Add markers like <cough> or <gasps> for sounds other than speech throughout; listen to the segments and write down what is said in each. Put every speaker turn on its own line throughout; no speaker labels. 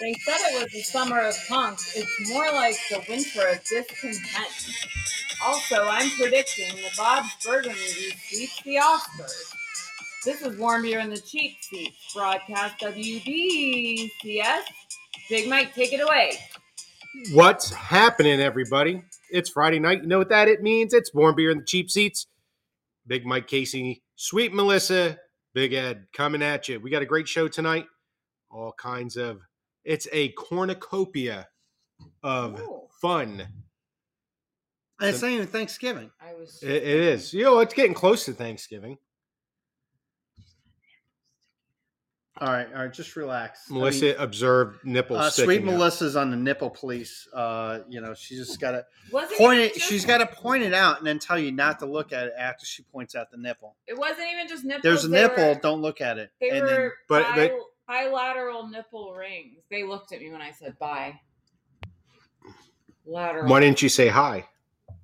They said it was the summer of punk. It's more like the winter of discontent. Also, I'm predicting the Bob Burger movie sweeps the Oscars. This is Warm Beer in the Cheap Seats, broadcast WDCS. Big Mike, take it away.
What's happening, everybody? It's Friday night. You know what that it means? It's warm beer in the cheap seats. Big Mike Casey, Sweet Melissa, Big Ed coming at you. We got a great show tonight. All kinds of it's a cornucopia of
Ooh,
fun.
And It's not even Thanksgiving.
I was.
It- it is. You know, it's getting close to Thanksgiving.
All right, all right, just relax. I mean,
Melissa observed nipples.
uh,
sticking
sweet
out.
Melissa's on the nipple police. Uh, you know, she just got to
wasn't
point
even
it.
just-
She's got to point it out and then tell you not to look at it after she points out the nipple.
It wasn't even just nipples.
There's a
they
nipple.
Were,
don't look at it.
they
and then
were
But
bi-
they-
bilateral nipple rings. They looked at me when I said bye. Lateral.
Why didn't you say hi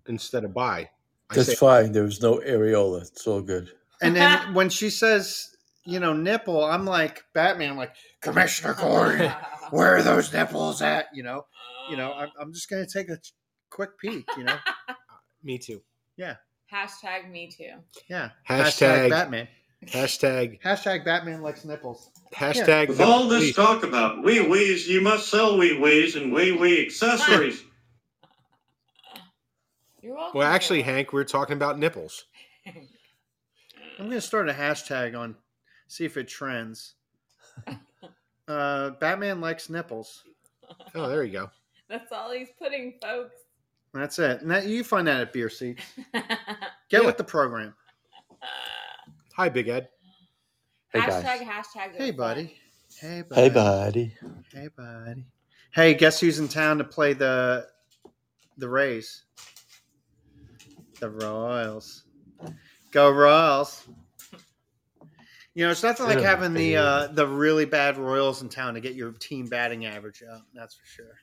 instead of bye? I
That's
say-
fine. There was no areola. It's all good.
and
<laughs>
then when she says, you know, nipple, I'm like Batman. I'm like Commissioner Gordon.
<laughs>
<laughs>
Where are those nipples at? You know, you know. I'm, I'm just gonna take a quick peek.
<laughs>
You know,
Me too.
Hashtag me too.
yeah.
Hashtag hashtag
Batman.
hashtag,
Hashtag Batman likes nipples.
hashtag
With all this talk about wee wees, you must sell wee wees and wee wee accessories.
You're welcome.
Well, actually,
Laura.
Hank, we were talking about nipples.
I'm gonna start a hashtag on see if it trends. Uh, Batman likes nipples.
Oh, there you go.
That's all he's putting, folks. <laughs>
That's it. And that, you find that at beer seats. Get
Yeah.
with the program.
Hi, Big Ed.
Hey,
hashtag,
guys.
hashtag.
Hey, buddy. Hey, buddy.
Hey, buddy.
Hey, buddy. Hey, guess who's in town to play the the Rays? The Royals. Go Royals. You know, it's nothing like
Yeah,
having the
yeah.
uh, the really bad Royals in town to get your team batting average up. That's for sure.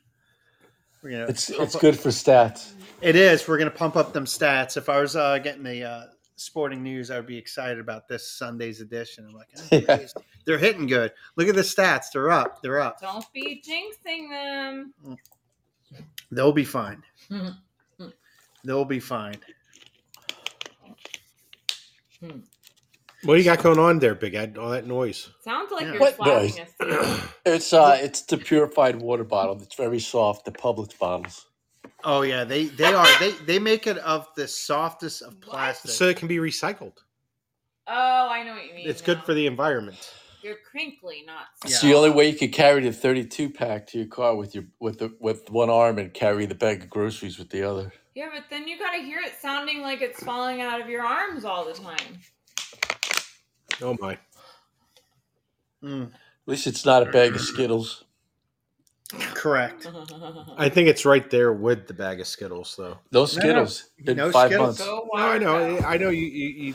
We're gonna
It's
pump
it's
up-
good for stats.
It is. We're gonna pump up them stats. If I was uh, getting the uh, sporting news, I would be excited about this Sunday's edition. I'm like, oh,
Yeah.
geez, they're hitting good. Look at the stats. They're up. They're up.
Don't be jinxing them.
They'll
<laughs>
be fine.
Hmm.
They'll be fine.
What do you got going on there, Big Ed? All that noise.
Sounds like
Yeah.
you're
What
slapping
noise?
a seal.
It's uh, it's the purified water bottle. It's very soft. The Publix bottles.
Oh yeah, they they are they they make it of the softest of
What?
plastic.
So it can be recycled.
Oh, I know what you mean.
It's good
now.
for the environment.
You're crinkly, not.
It's the only way you could carry the thirty-two pack to your car with your with the with one arm and carry the bag of groceries with the other.
Yeah, but then you gotta hear it sounding like it's falling out of your arms all the
<laughs>
time.
Oh my!
Mm,
At least it's not a bag of Skittles.
correct.
I think it's right there with the bag of Skittles, though.
No Skittles. Been
No
five
Skittles.
months.
Go
No, I
wild.
know. I know you. You, you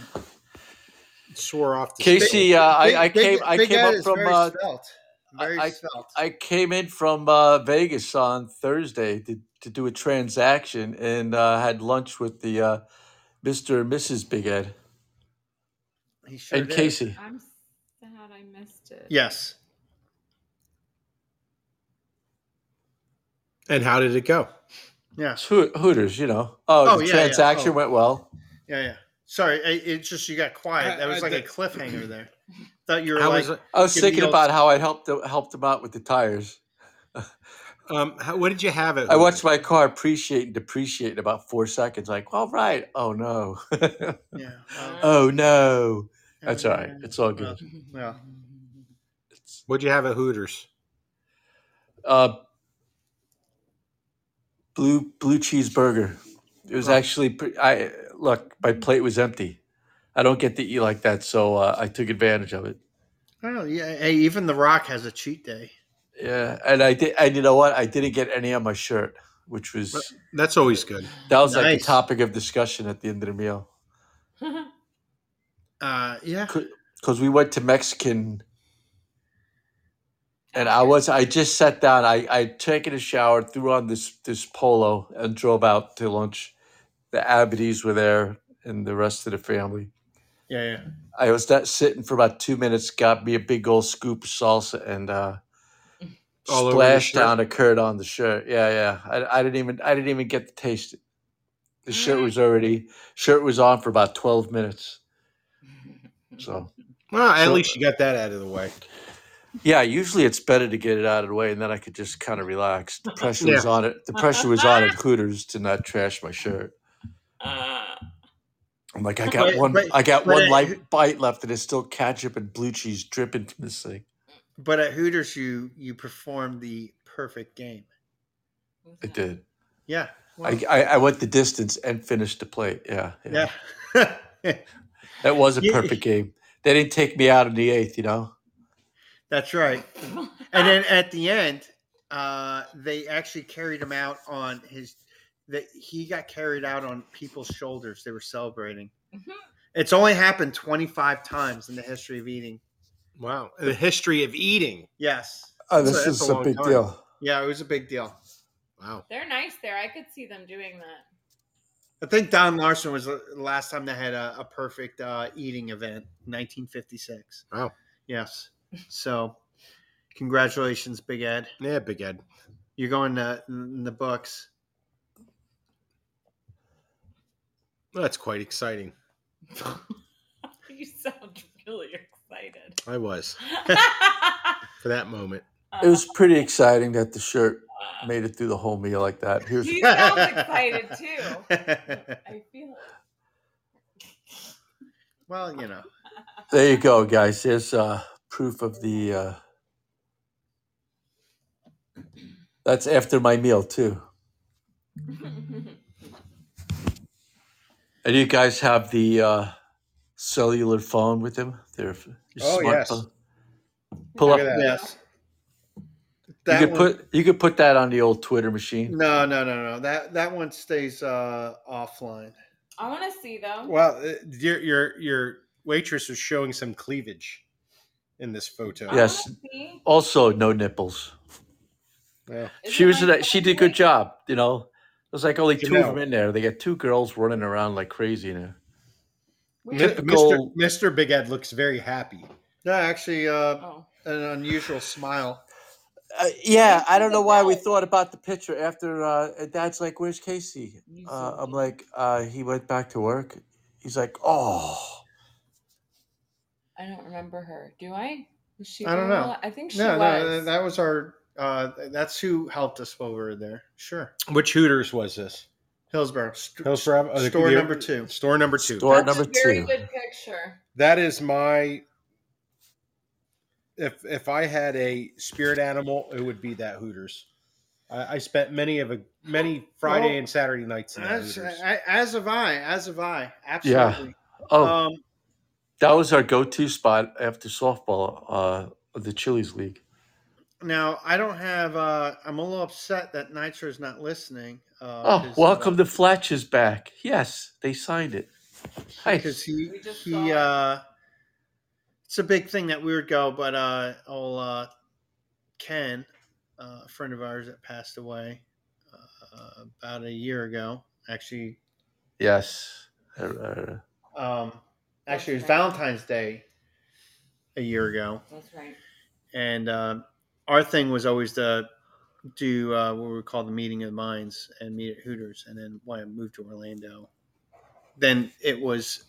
swore off the
Casey, uh, I, I
Big- Big-
came I
Big
came
Ed
up
is
from
very
uh,
svelte.
I-
Very
I-
svelte.
I came in from uh, Vegas on Thursday to, to do a transaction and uh, had lunch with the uh, Mr. and Mrs. Big Ed
he sure
and
did.
Casey.
I'm sad I missed it.
Yes.
Stick. And how did it go?
Yeah.
It's Hoot- Hooters, you know. Oh,
Oh,
the
yeah, yeah.
transaction
Oh.
went well.
Yeah. Yeah. Sorry, I, it's just you got quiet.
I-
That was
I
like
did-
a cliffhanger there. Thought you were
How
like,
was it?
I was
Give me
thinking
your-
about how I helped them, helped them out with the tires.
Um, how, what did you have it?
I watched my car appreciate and depreciate in about four seconds. Like, all right. Oh no. <laughs>
yeah. well,
oh no. <laughs> That's all right.
uh,
It's all
well,
good.
<laughs>
<laughs>
Well,
It's,
What'd you have at Hooters?
uh, blue blue cheeseburger. It was actually pre- I look. My plate was empty. I don't get to eat like that, so uh, I took advantage of it.
oh yeah. Hey, even The Rock has a cheat day.
Yeah, and I did. And you know what? I didn't get any on my shirt, which was
That's always good.
that was like
Nice.
the topic of discussion at the end of the meal
Uh, yeah.
because we went to Mexican. And I was I just sat down. I I taken a shower, threw on this this polo, and drove out to lunch. The Abbeys were there, and the rest of the family.
Yeah. Yeah.
I was that sitting for about two minutes, got me a big old scoop of salsa, and uh,
All over your shirt?
splashdown occurred on the shirt. Yeah, yeah. I, I didn't even I didn't even get to taste it. The shirt
Mm.
was already shirt was on for about twelve minutes. So
Well, at
So-
least you got that out of the way.
yeah, usually it's better to get it out of the way, and then I could just kind of relax.
<laughs>
The pressure was on it. The pressure was on at Hooters to not trash my shirt.
Uh,
I'm like, I got
But,
one,
but,
I got
but,
one
at,
light bite left, and it's still ketchup and blue cheese dripping from this thing.
but at Hooters, you you performed the perfect game.
who's that?
It did.
Yeah.
I,
Well.
I, I went the distance and finished the plate. Yeah, yeah.
Yeah.
That was a
You-
perfect game. They didn't take me out in the eighth, you know.
<laughs> That's right. And
<laughs>
then at the end, uh, they actually carried him out on his. That he got carried out on people's shoulders. They were celebrating.
Mhm.
It's only happened twenty five times in the history of eating.
Wow. The history of eating.
Yes.
Oh,
That's a,
this
that's a
is a
long
big
time.
deal.
Yeah, it was a big deal.
Wow.
They're nice there. I could see them doing that. <laughs>
I think Don Larson was the the last time they had a, a perfect uh, eating event, 1956.
Wow.
Yes. So, congratulations, Big Ed.
Yeah, Big Ed.
You're going to, in the books. <laughs>
That's quite exciting.
You sound really excited.
I was for that moment.
<laughs> It was pretty exciting that the shirt made it through the whole meal like that. Here's
Uh, he sounds excited too. I feel it.
well, you know.
there you go, guys. There's uh, proof of the. Uh, that's after my meal too. And you guys have the uh, cellular phone with them? Their, your
Oh, yes.
smartphone. Pull
Look at
up.
that.
Yes.
You
That
could
one.
put you could put that on the old Twitter machine.
no, no, no, no. That that one stays uh, offline.
I want to see though.
Well, uh, your your your waitress is showing some cleavage in this photo.
I
Yes.
wanna see.
Also, no nipples.
Yeah.
Is
She
it
was
my
a, she did a good job. You know, there's like only
You
two of them
know,
in there. They got two girls running around like crazy. In there.
Mi-
Wait.
Mr.
Typical.
Mr. Big Ed looks very happy.
No, actually, uh,
Oh.
an unusual smile.
Uh, yeah,
Where's
I don't
the
know why we
belt?
thought about the picture after. Uh, and Dad's like, "Where's Casey?"
You
Uh, I'm
zombie.
like, uh, "He went back to work." He's like, "Oh."
I don't remember her. Do I? Was she?
I don't
there a
know.
lot? I think she
No,
was.
no, that was our. Uh, that's who helped us while we were there. Sure,
Which Hooters was this?
Hillsborough. St-
Hillsborough oh, the-
Store
the-
number two.
Store number two.
Store
That's
number
a very
two.
good picture.
That is my. If if I had a spirit animal, it would be that Hooters. I, I spent many of a many Friday
Well, uh,
and Saturday nights in that
As,
Hooters.
I, as have I. As have I.
Yeah.
Absolutely.
Oh,
Um,
That was our go-to spot after softball, uh, of the Chili's League.
now I don't have. Uh, I'm a little upset that Nitro is not listening. Uh,
Oh,
'cause,
welcome
uh,
to Fletcher's back. Yes, they signed it.
because
Nice.
he
We just saw
he
it.
uh it's a big thing that we would go but uh old uh ken uh, a friend of ours that passed away uh, about a year ago actually
Yes. Uh, uh,
um actually it
That's right.
was valentine's day a year ago
That's right.
and uh, our thing was always to do uh, what we call the meeting of the minds and meet at hooters and then when i moved to orlando then it was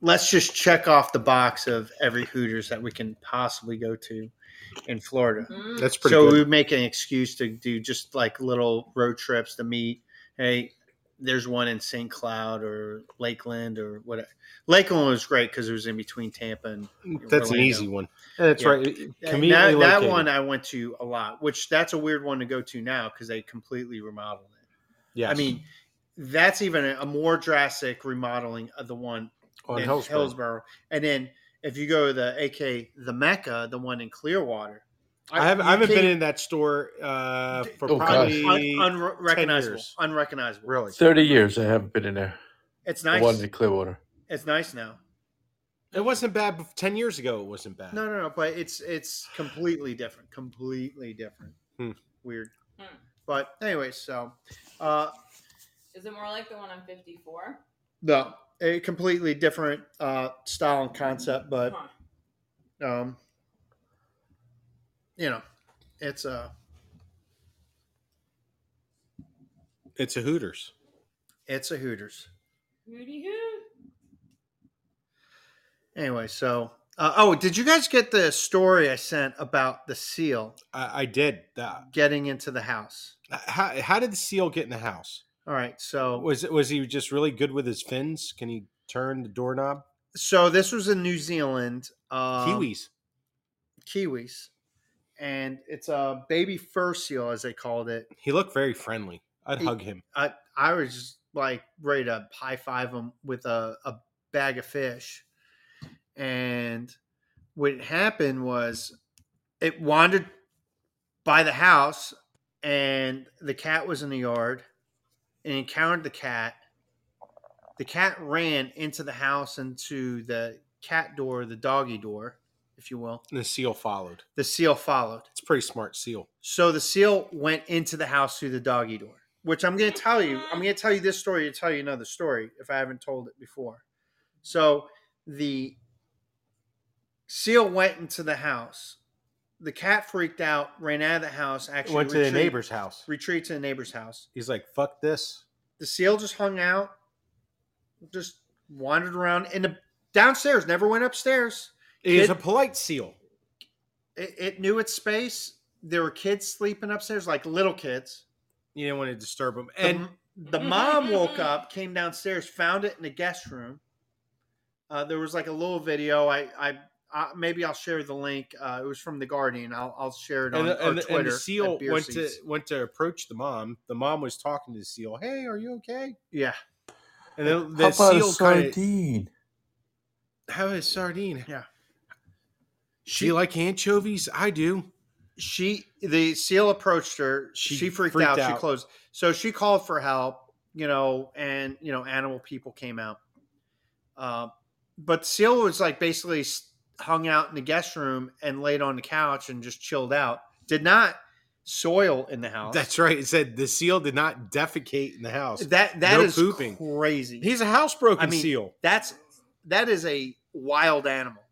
let's just check off the box of every Hooters that we can possibly go to in Florida.
Mm.
That's pretty
So we
good.
would make an excuse to do just like little road trips to meet. Hey, there's one in St. Cloud or Lakeland or whatever. Lakeland was great because it was in between Tampa and
That's an
Orlando.
easy one. That's
Yeah.
right.
And
Conveniently
that, that
located.
one I went to a lot, which that's a weird one to go to now because they completely remodeled it.
Yes.
I mean, that's even a, a more drastic remodeling of the one
on
in
Hillsborough.
Hillsborough. And then if you go to the AK the Mecca, the one in Clearwater,
I haven't, I
you
haven't been
can't-
in that store uh, for
Oh, gosh.
probably
un, unrecognizable,
years.
unrecognizable.
really.
Thirty years I haven't been in there.
It's
The one
nice.
in Clearwater.
It's nice now.
It wasn't bad. bef- Ten years ago, it wasn't bad.
No, no, no. But it's it's completely different. Completely different.
Hmm.
Weird.
Hmm.
But anyway, so uh,
Is it more like the one on 54?
no, a completely different uh, style and concept. But
Huh.
um, you know, it's uh,
It's a Hooters.
It's a Hooters.
Hooty hoot.
Anyway, so uh, oh, did you guys get the story I sent about the seal
I, I did. Uh,
getting into the house?
how, how did the seal get in the house?
All right, so
Was was he just really good with his fins? Can he turn the doorknob?
so this was in New Zealand. Um,
Kiwis.
Kiwis. And it's a baby fur seal, as they called it.
He looked very friendly. I'd
he-
hug him.
I I was just like ready to high five him with a, a bag of fish. And what happened was it wandered by the house and the cat was in the yard and encountered the cat. The cat ran into the house into the cat door, the doggy door, if you will.
And the seal followed.
The seal followed.
It's a pretty smart seal.
So the seal went into the house through the doggy door, which I'm going to tell you. I'm going to tell you this story to tell you another story if I haven't told it before. So the seal went into the house. The cat freaked out, ran out of the house. Actually,
Went to the
retreat-
neighbor's house.
Retreated to the neighbor's house.
He's like, "Fuck this."
The seal just hung out, just wandered around in the downstairs. Never went upstairs.
It is
Kid-
a polite seal.
It, it knew its space. There were kids sleeping upstairs, like little kids.
You didn't want to disturb him.
The-
And Mm-hmm,
the mom woke up, came downstairs, found it in the guest room. Uh, there was like a little video. I, I, I maybe I'll share the link. Uh, it was from the Guardian. I'll, I'll share it on
and, the,
our
and, the,
Twitter.
and the
at
seal
Beer
went to
Seats.
went to approach the mom. The mom was talking to the seal. Hey, are you okay?
yeah,
And then
How
the
about a
seal kind of
sardine?
how is sardine?
Yeah.
She, like anchovies? I do.
she the seal approached her. She,
She
freaked,
freaked
out. She
out.
closed. So she called for help. You know, and you know, animal people came out. Uh, but seal was like basically s- hung out in the guest room and laid on the couch and just chilled out. Did not soil in the house.
That's right. It said the seal did not defecate in the house.
That that
No
is
pooping.
crazy.
He's a housebroken
I mean-
seal.
That's that is a wild animal.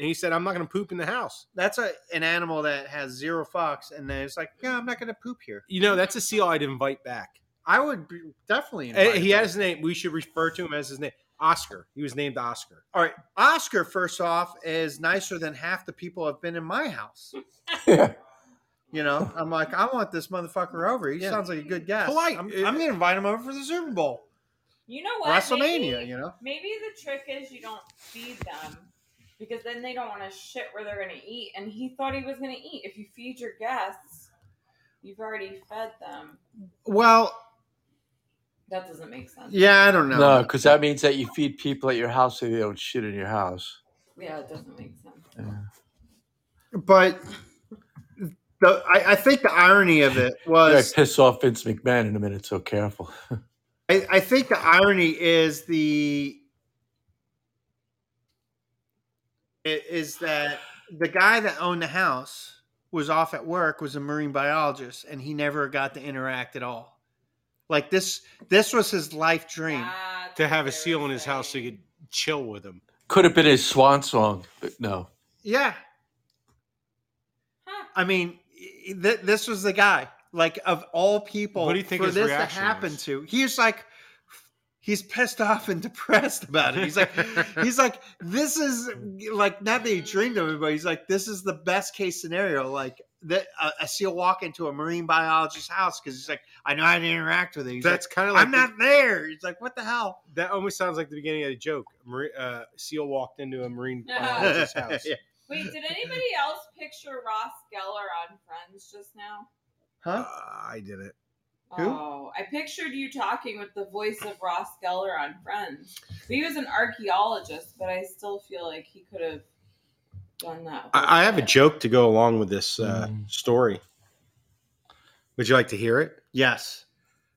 And he said, I'm not going to poop in the house.
That's a an animal that has zero fucks, and then it's like, yeah, I'm not going to poop here.
You know, that's a seal I'd invite back.
I would be, definitely.
Eh,
invite
He
him.
had his name. We should refer to him as his name Oscar. He was named Oscar.
All right, Oscar. First off, is nicer than half the people have been in my house.
Yeah.
You know, I'm like, I want this motherfucker over. He
Yeah.
sounds like a good guest.
Polite.
I'm, I'm going to invite him over for the Super Bowl,
You know what?
WrestleMania.
Maybe-
You know,
Maybe the trick is you don't feed them because then they don't want to shit where they're going to eat. And he thought he was going to eat. If you feed your guests, you've already fed them.
well,
That doesn't make sense.
yeah, I don't know.
No, because that means that you feed people at your house so they don't shit in your house.
Yeah, it doesn't make sense.
but the, I, I think the irony of it
I'm gonna
was
piss off Vince McMahon in a minute, so careful.
I, I think the irony is the i- is that the guy that owned the house was off at work was a marine biologist and he never got to interact at all like this this was his life dream
That's
To have
what
a
they
seal
were
in his house so
saying.
you could chill with him.
Could have been his swan song, but no.
yeah
Huh.
i mean i- i- th- this was the guy like of all people
What do you think
for
his
this to
reaction
happen
was?
to he's like he's pissed off and <laughs> depressed about it
<laughs>
he's like he's like, this is like not that he dreamed of it, but he's like, this is the best case scenario. Like that, uh, I see a walk into a marine biologist's house because he's like, I know how to interact with it. He's
That's kind of
like,
like
I'm not there. He's like, what the hell?
That almost sounds like the beginning of the joke. Mar- uh, seal walked into a marine
No.
<laughs>
biologist's <laughs> house.
Yeah.
Wait, did
<laughs>
anybody else picture Ross Geller on Friends just now?
Uh,
Huh?
I did it.
Who?
Oh, I pictured you talking with the voice of Ross Geller on Friends. But he was an archaeologist, but I still feel like he could have done that.
I, I have a joke to go along with this uh,
Mm.
story. Would you like to hear it?
Yes.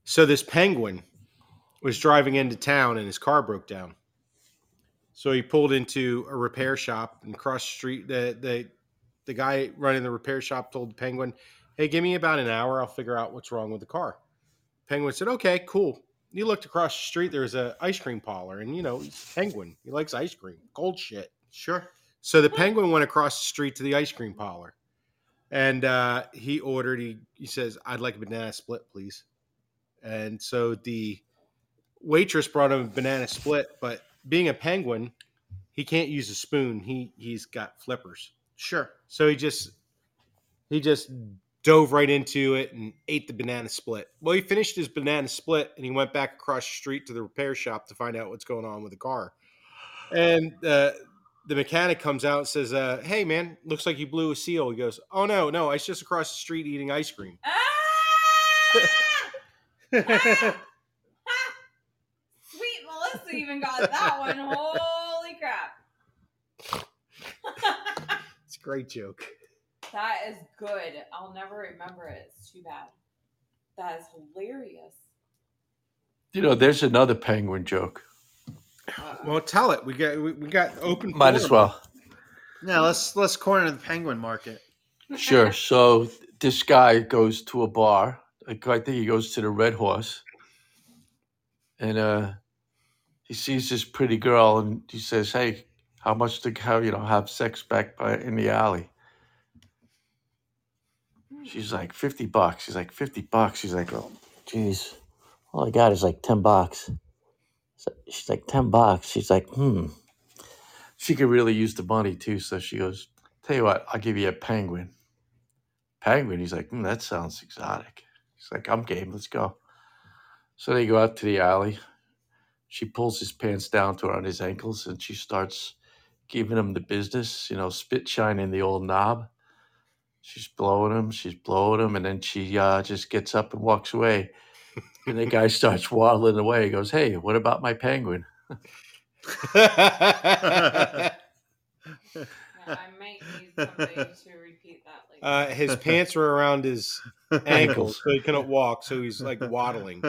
So this penguin was driving into town and his car broke down. So he pulled into a repair shop and cross the street. The the the guy running the repair shop told the penguin, "Hey, give me about an hour. I'll figure out what's wrong with the car." Penguin said, "Okay, cool." He looked across the street. There was a ice cream parlor, and you know he's a penguin. He likes ice cream, cold shit.
Sure.
So the penguin went across the street to the ice cream parlor, and uh, he ordered. He he says, "I'd like a banana split, please." and so the waitress brought him a banana split. But being a penguin, he can't use a spoon. He he's got flippers,
Sure.
so he just he just dove right into it and ate the banana split. Well, he finished his banana split and he went back across the street to the repair shop to find out what's going on with the car. And uh, the mechanic comes out and says, uh, "Hey, man, looks like you blew a seal." He goes, "Oh no, no, I was just across the street eating ice cream."
Ah! <laughs> Sweet Melissa even got that
<laughs>
one. Holy crap.
It's a great joke.
that is good. I'll never remember it. It's too bad. That is hilarious.
You know, there's another penguin joke.
Uh, Well, tell it. We got we, we got open.
Might as <laughs>
forum.
well.
Now let's let's corner the penguin market.
<laughs>
<laughs>
Sure. So this guy goes to a bar. Like, I think he goes to the Red Horse, and uh, he sees this pretty girl, and he says, "Hey, how much to how you know have sex back by in the alley?" She's like fifty bucks. He's like fifty bucks. He's like, "Oh, geez, all I got is like ten bucks." So she's like ten bucks. She's like, "Hmm." She could really use the money too, so she goes, "Tell you what, I'll give you a penguin." penguin. He's like, hmm, that sounds exotic. He's like, I'm game. Let's go. So they go out to the alley. She pulls his pants down to around his ankles and she starts giving him the business, you know, spit shining the old knob. She's blowing him, she's blowing him, and then she uh, just gets up and walks away. And the guy starts waddling away. He goes, Hey, what about my penguin?
Now, I might need
<laughs>
somebody to repeat that later.
uh, his pants were around his
<laughs>
<laughs>
ankles, so he couldn't walk. So he's like waddling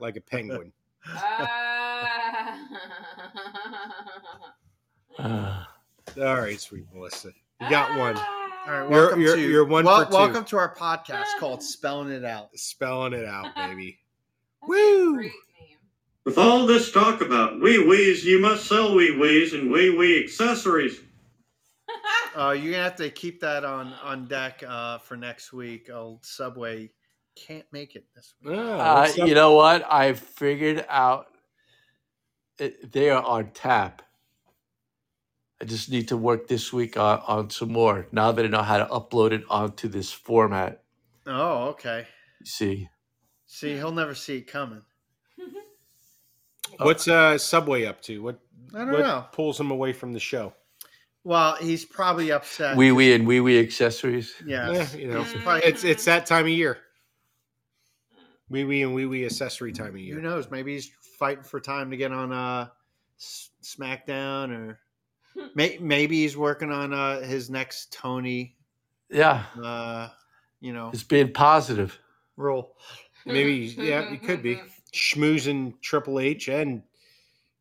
like a penguin.
Ah.
Uh,
All right, sweet Melissa, you got one.
All right,
Ah.
You're-
welcome
you're-
to
you're one
wel-
for two.
welcome to our podcast called "Spelling It Out."
Spelling it out,
<laughs>
baby.
That's a
Woo.
great name. <laughs>
With all this talk about wee wees, you must sell wee wees and wee wee accessories.
Uh, you're gonna have to keep that on on deck uh, for next week. Old Subway can't make it this week.
Ah,
uh,
what's up?
you know what? I figured out it, they are on tap. I just need to work this week on, on some more now that I know how to upload it onto this format.
Oh, okay.
You see,
See, he'll never see it coming.
What's uh, Subway up to? What
I don't
what
know.
pulls him away from the show?
Well, he's probably upset.
wee wee and wee wee accessories.
Yes.
Eh, you know,
He's probably-
it's it's that time of year. Wee wee and wee wee accessory time of
who
year.
knows? Maybe he's fighting for time to get on uh, S- SmackDown, or may- maybe he's working on uh, his next Tony.
Yeah,
Uh, you know,
it's being positive.
role.
Maybe yeah, it could be schmoozing Triple H and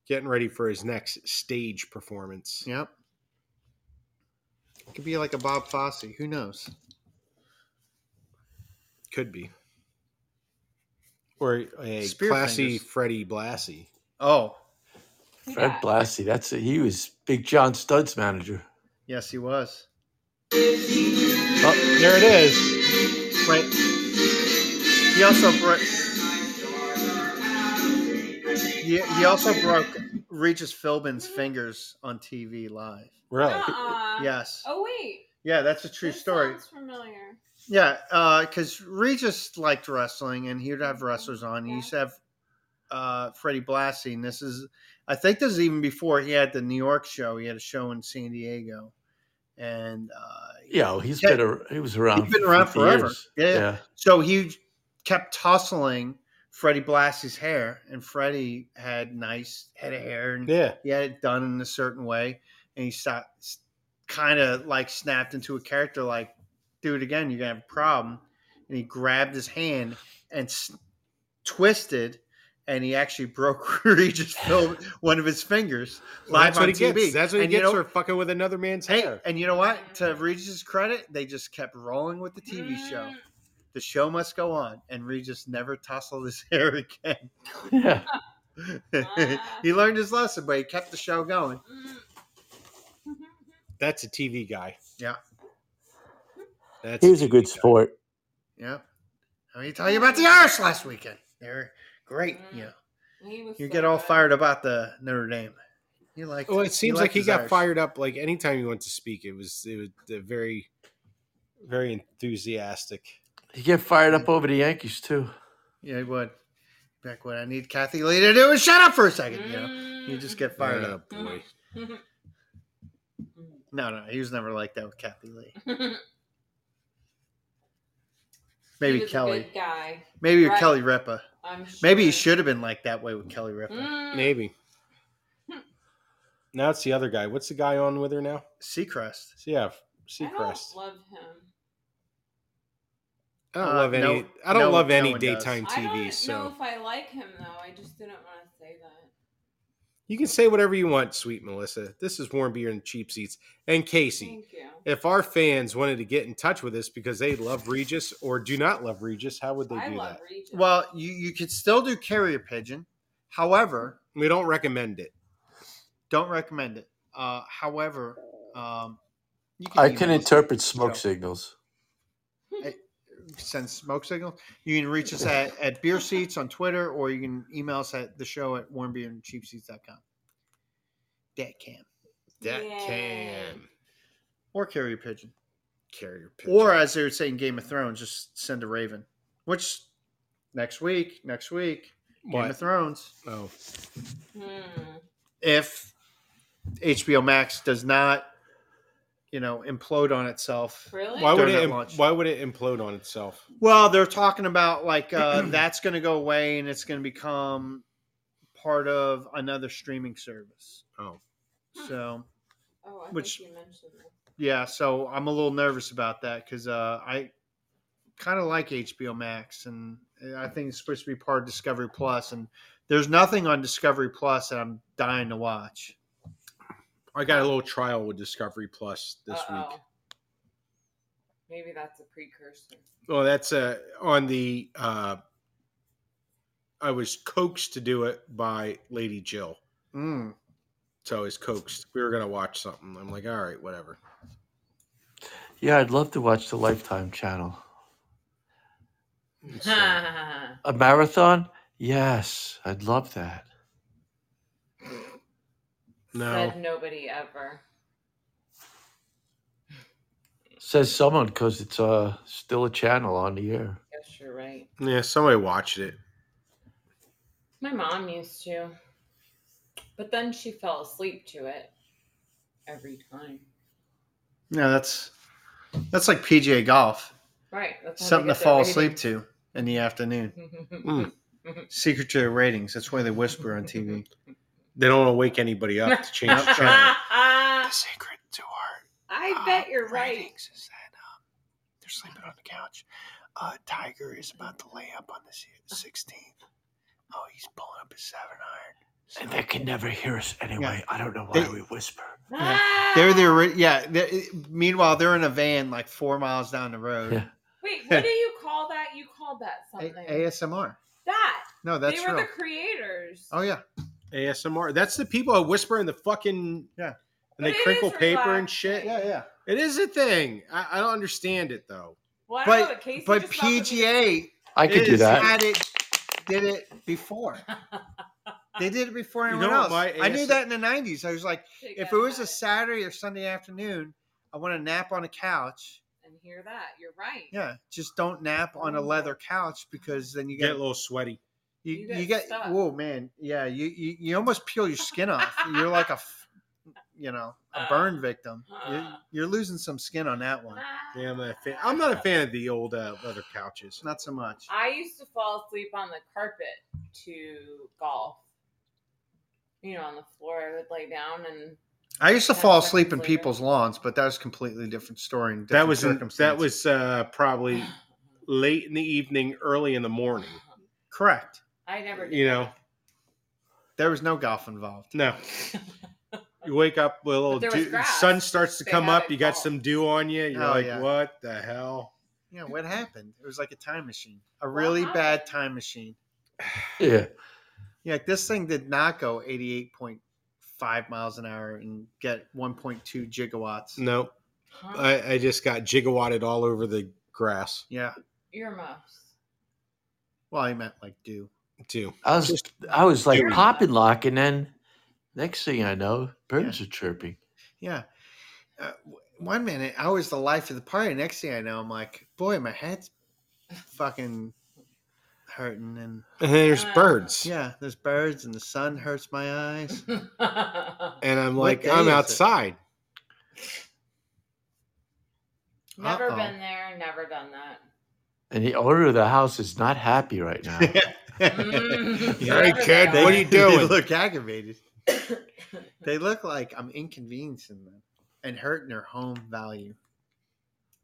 getting ready for his next stage performance.
Yep. Could be like a Bob Fosse. Who knows?
Could be. Or a
Spear
classy
fingers.
Freddie Blassie.
Oh,
Who
Fred
dat?
Blassie, that's it. He was Big John Stud's manager.
yes, he was.
Oh,
There it is.
Wait. He also broke. Oh. He, he also broke Regis Philbin's fingers on TV live.
Really?
Uh-uh.
Yes.
Oh wait.
Yeah, that's a true
This
story.
Sounds familiar.
Yeah, because Regis liked wrestling, and he would have wrestlers on. He used to have uh, Freddie Blassie, and this is, I think, this is even before he had the New York show. He had a show in San Diego, and uh,
yeah, he's
Yeah.
been a, he was around.
He's been around
50
forever.
years.
Yeah, yeah. so he kept tussling Freddie Blassie's hair, and Freddie had nice head of hair, and
Yeah.
he had it done in a certain way, and he stopped, kind of like snapped into a character like, "Do it again, you're gonna have a problem." And he grabbed his hand and s- twisted, and he actually <laughs> broke Regis Phil one of his fingers
Well,
live
that's what
on
he
TV.
gets. That's what he
And you
gets
know-
for fucking with another man's
Hey,
hair.
and you know what? To Regis's credit, they just kept rolling with the TV show.
Mm.
The show must go on, and Regis never tousled his <laughs> hair again.
yeah.
Ah.
he learned his lesson, but he kept the show going.
Mm. Mm-hmm.
That's a TV guy.
Yeah.
That's
He was a good sport.
Mm.
Yeah. I mean, tell you about the Irish last weekend. They're great. You know,
He was
you
Mm. so
get all
good.
fired up about the Notre Dame. You like?
Well, it seems like
liked
he
his
got
Irish.
fired up. Like anytime he went to speak, it was it was uh, very, very enthusiastic.
You get fired up over the Yankees too.
Yeah, he would. Back when I need Kathy Lee to do is shut up for a second. You know,
Mm-hmm. <laughs>
you
Mm.
just get fired
Oh,
up.
boy.
No, no, he was never like that with Kathy Lee.
He
Maybe
was a
Kelly.
good guy.
Maybe with
Right.
Kelly Ripa.
I'm sure.
Maybe he should have been like that way with Kelly Ripa.
Mm.
Maybe. Now it's the other guy. What's the guy on with her now?
Seacrest.
So yeah,
I don't
Seacrest.
love him.
I don't
Uh,
love any.
no-
I don't
no-
love
no
any
one does.
daytime
I
TV.
don't
so
know if I like him though. I just didn't want to say that.
you can say whatever you want, sweet Melissa. This is Warm Beer and Cheap Seats and Casey.
Thank you.
If our fans wanted to get in touch with us because they love Regis or do not love Regis, how would they
I
do
love
that?
Regis.
Well, you, you could still do carrier pigeon. However,
We don't recommend it.
don't recommend it. Uh, however, um, you
I can
email us.
interpret smoke
Yeah.
signals.
send smoke signal. You can reach us at, at Beer Seats on Twitter, or you can email us at the show at warmbeerandcheapseats.com. Dat can.
That
Yeah.
can
Or carrier pigeon.
carrier pigeon.
Or as they would say in Game of Thrones, just send a raven. Which next week, next week, Game of
what?
Thrones.
Oh,
<laughs> Hmm.
If HBO Max does not, you know, implode on itself.
Really?
why would
During
it?
that
im-
launch.
Why would it implode on itself?
Well, they're talking about like uh, that's going to go away and it's going to become part of another streaming service.
Oh,
So
oh, I
which-
think you mentioned that.
yeah, so I'm a little nervous about that because uh, I kind of like HBO Max, and I think it's supposed to be part of Discovery Plus, and there's nothing on Discovery Plus that I'm dying to watch.
I got a little trial with Discovery Plus this
Uh-oh.
week.
Maybe that's a precursor.
Well, that's uh, on the. Uh, I was coaxed to do it by Lady Jill.
Mm.
So I was coaxed. We were gonna watch something. I'm like, all
<laughs>
right, whatever.
Yeah, I'd love to watch the Lifetime channel.
<laughs>
So,
A marathon? Yes, I'd love that.
no,
Said nobody ever.
Says someone because it's uh, still a channel on the air.
Guess you're right.
yeah, somebody watched it.
My mom used to, but then she fell asleep to it every time.
Yeah, that's that's like PGA golf,
Right. That's how
something
they
to
get
fall
their
asleep Mm, to in the afternoon.
ratings.
Secret to their ratings. That's why they whisper on TV.
They don't want to wake anybody
<laughs>
up to change the channel.
I
secret to our
bet you're right.
is that um, they're sleeping on the couch. Uh, Tiger is about to lay up on the 16th. Oh, he's pulling up his seven iron.
And they can never hear us anyway. I don't know why
They-
we whisper.
Yeah.
Ah!
<laughs> They're the ori- yeah. They're, meanwhile, they're in a van like four miles down the road.
Yeah.
<laughs>
Wait, what do you call that? You called that
A-
something.
ASMR.
that.
No, that's
Oh, they were
real.
the creators.
oh yeah.
ASMR. That's the people that whisper in the fucking
Yeah.
and they
But it
crinkle
is
paper and
relaxing.
shit.
Yeah,
yeah.
It is a thing. I, I don't understand it though.
Well, I don't know,
But
Casey
but
just felt that we-
PGA
I could do
is-
that.
Had it, did it
<laughs>
before. They did it before
You know
anyone
what
else.
my
I knew
AS
that in the '90s. I was like,
Shake
if
that
it was a
butt
Saturday or Sunday afternoon, I want to nap on a couch.
and hear that, you're right.
Yeah, just don't nap on a leather couch because then you
You get a
get
little sweaty.
you,
you
you
get
get,
stuck.
whoa man yeah you, you you almost peel your skin
<laughs>
off. You're like a f- you know a
Uh,
burn victim. You're, you're losing some skin on that one.
Yeah, I'm not a fan. I'm not a fan of the old uh, leather couches.
Not so much.
I used to fall asleep on the carpet to golf. You know, on the floor, I would lay down and
I used to
That's
fall
what
asleep in
it's later.
people's lawns, but that was a completely different story. And different
That was in,
circumstances.
that was uh, probably late in the evening, early in the morning.
correct.
<sighs> I never did
You know,
There was no golf
<laughs>
involved.
no. You wake up with a little
there was
dew,
grass.
sun starts to
They
come
had
up.
it
You got
fall.
some dew on you. You're
Oh,
like,
yeah.
what the hell?
Yeah, what happened? It was like a time machine, a
What
really bad
happened?
time machine.
Yeah.
Yeah, like, this thing did not go 88.5 miles an hour and get 1.2 gigawatts.
No,
Huh?
I, I just got gigawatted all over the grass.
Yeah.
<laughs>
earmuffs.
Well, I meant like dew.
too.
I was
Just
I was like
do it.
popping lock, and then next thing I know, birds are chirping.
Yeah. Uh, w- one minute I was the life of the party. Next thing I know, I'm like, boy, my head's fucking hurting, and
And there's
Uh,
birds.
yeah, there's birds, and the sun hurts my eyes. <laughs>
And I'm
What
like,
day is
I'm
it?
outside.
never
Uh-oh.
been there, never done
<laughs>
that.
And the owner of the house is not happy right now.
Mm,
Yeah. Hey,
never
kid,
done
what
it.
do you
<laughs> They
doing?
look aggravated. <coughs> They look like I'm inconveniencing them and hurting their home value.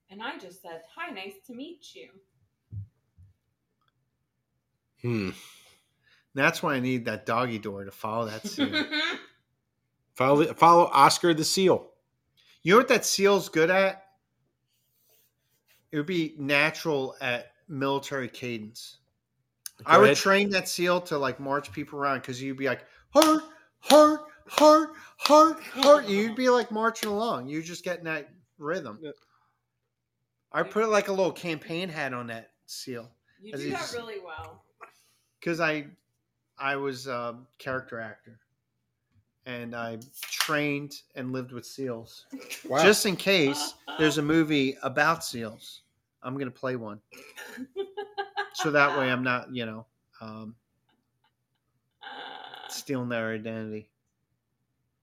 and I just said, "Hi, nice to meet you."
Hmm.
That's why I need that doggy door to follow
<laughs>
that seal.
Follow, follow Oscar the Seal.
you know what that seal's good at? It would be natural at military cadence. I
Go
would
ahead.
train that seal to like march people around because you'd be like heart, heart, heart, heart, heart. You'd be like marching along. You're just getting that rhythm.
Yeah.
I put like a little campaign hat on that seal
you
As
do
you
that
just-
really well.
because I, I was a character actor, and I trained and lived with seals just in case there's a movie about seals. I'm gonna play one, so that way I'm not you know um,
Uh,
stealing their identity.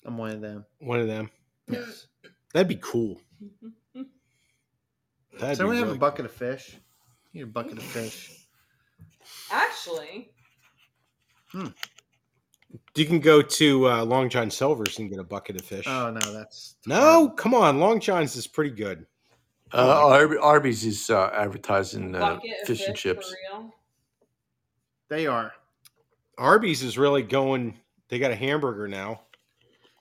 I'm one of them.
One of them.
Yes.
That'd be cool. That'd
Someone
be
have
really
a bucket of fish. You need a <laughs> bucket of fish.
<laughs> Actually,
You can go to uh, Long John Silver's and get a bucket of fish.
Oh no, that's
no, come on. Long John's is pretty good.
Uh, Ar- Arby's is uh, advertising uh,
bucket of
fish, and chips.
For real.
They are.
Arby's is really going. They got a hamburger now.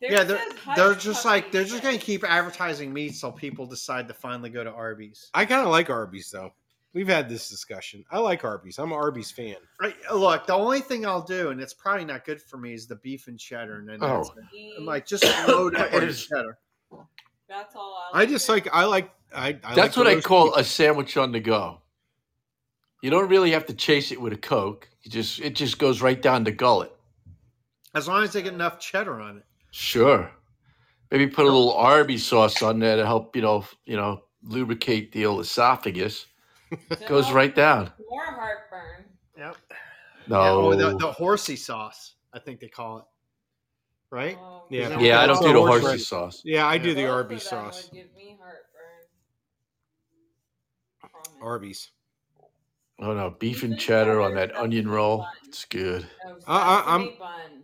There
yeah, they're
says hush
they're just
puppy
like they're just gonna
fish.
keep advertising meats till people decide to finally go to Arby's.
I kind of like Arby's though. We've had this discussion. I like Arby's. I'm an Arby's fan.
Right, look, the only thing I'll do, and it's probably not good for me, is the beef and cheddar, and then that's
Oh.
it. I'm like just
<coughs>
load up
It
on
is-
cheddar.
That's all. I'll
I just like. I like. I. I like
That's what I
roast
call
beef.
a sandwich on the go. You don't really have to chase it with a coke. You just it just goes right down the gullet.
As long as they get enough cheddar on it.
Sure. Maybe put a little Arby's sauce on there to help, you know, you know, lubricate the old esophagus.
it
Goes right down.
More heartburn.
Yep.
No.
Yeah, oh, the, the horsey sauce, I think they call it. Right?
Oh, both
Yeah.
Isn't
of
that
yeah, I
what
don't
It's
do
a
the
horse
horsey
race.
sauce.
Yeah, I do the
them
Arby's
would
sauce.
give me heartburn. Promise.
Arby's.
Oh no, beef
Isn't
and
that
cheddar
what
on that
it's
onion
called?
roll.
Bun.
It's good.
No,
I- I'm-
sesame bun.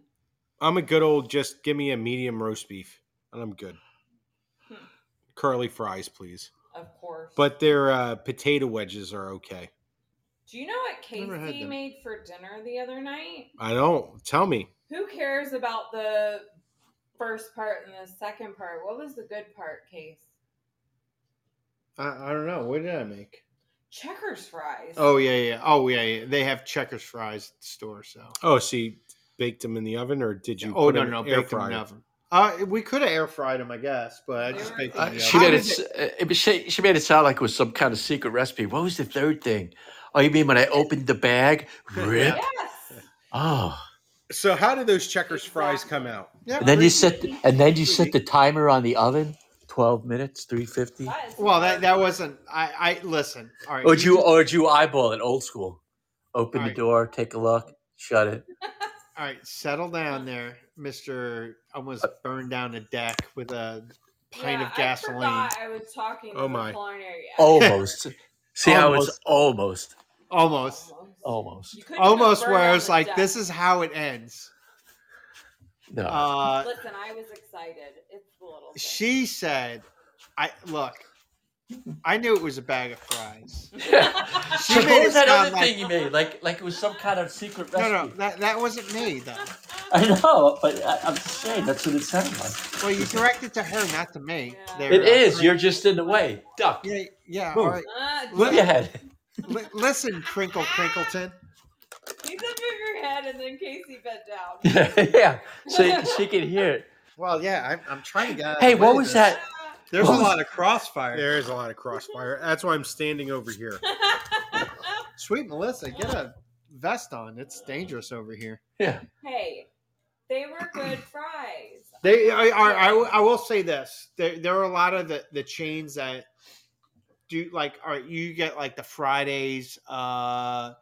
I'm a good old. Just give me a medium roast beef, and I'm good.
Hmm.
Curly fries, please.
Of course.
But their uh, potato wedges are okay.
do you know what
Never had
Casey
them.
made for dinner the other night?
I don't. Tell me.
Who cares about the first part and the second part? What was the good part, Case?
I, I don't know. What did I make?
Checkers fries.
Oh yeah, yeah. Oh yeah, yeah. They have checkers fries at the store, so
Oh, so you baked them in the oven, or did you?
oh
put
no,
them
no,
in air
bake them in
fryer?
the oven. Uh, we could have air fried them, I guess, but I just
They
baked
were-
them.
Uh,
in the
she
oven.
made it. s- uh, it was- She, she made it sound like it was some kind of secret recipe. What was the third thing? Oh, you mean when I opened the bag? Rip. <laughs>
Yes.
Oh,
So how did those checkers fries come out?
Yeah,
and then you
pretty-
set. The, and then you set the timer on the oven. Twelve minutes, three fifty.
That is
Well, that that
heartburn.
wasn't. I I listen. All right.
Or would you? Or would you eyeball it old school? Open the
Alright.
door, take a look, shut it.
All right, settle down there, Mister.
Uh,
Almost burned down a deck with a pint
Yeah,
of gasoline.
I, forgot I was talking to
Oh,
the
my.
culinary expert.
Oh, <laughs> Almost. See how it's almost,
Almost, Oh,
almost.
You couldn't have
almost.
burned
Where I
on
was
the
like,
deck.
this is how it ends.
Oh.
No.
Uh,
Listen, I was excited. It's the little thing. <laughs>
<laughs> she said, "I look. I knew it was a bag of fries.
Uh,
She
So
made
what
it
was that
sound
other
like-
thing you made? Like like it was some kind of secret
No,
recipe.
no, that that wasn't me though.
I know, but I, I'm just saying that's what it sounded like.
Well, you directed to her, not to me.
Yeah.
There,
It
uh,
is.
Chris.
You're just in the way. Duck.
Yeah, yeah.
Move.
All right.
Ah,
Move your head.
Li- listen, Crinkle Crinkleton.
He's up in your head, and then Casey bent down.
<laughs> yeah. So you- she can hear it.
Well, yeah, I, I'm trying to get. out of
Hey,
the
what
way
was
this.
that?
There's
what
a
was-
lot of crossfire.
There is a
<laughs>
lot of crossfire. That's why I'm standing over here.
Sweet Melissa, get a vest on. It's dangerous over here.
Yeah.
<laughs> Hey, they were good fries.
They, I, I, I, will- I will say this: there, there are a lot of the, the chains that do like, are you get like the Fridays, uh,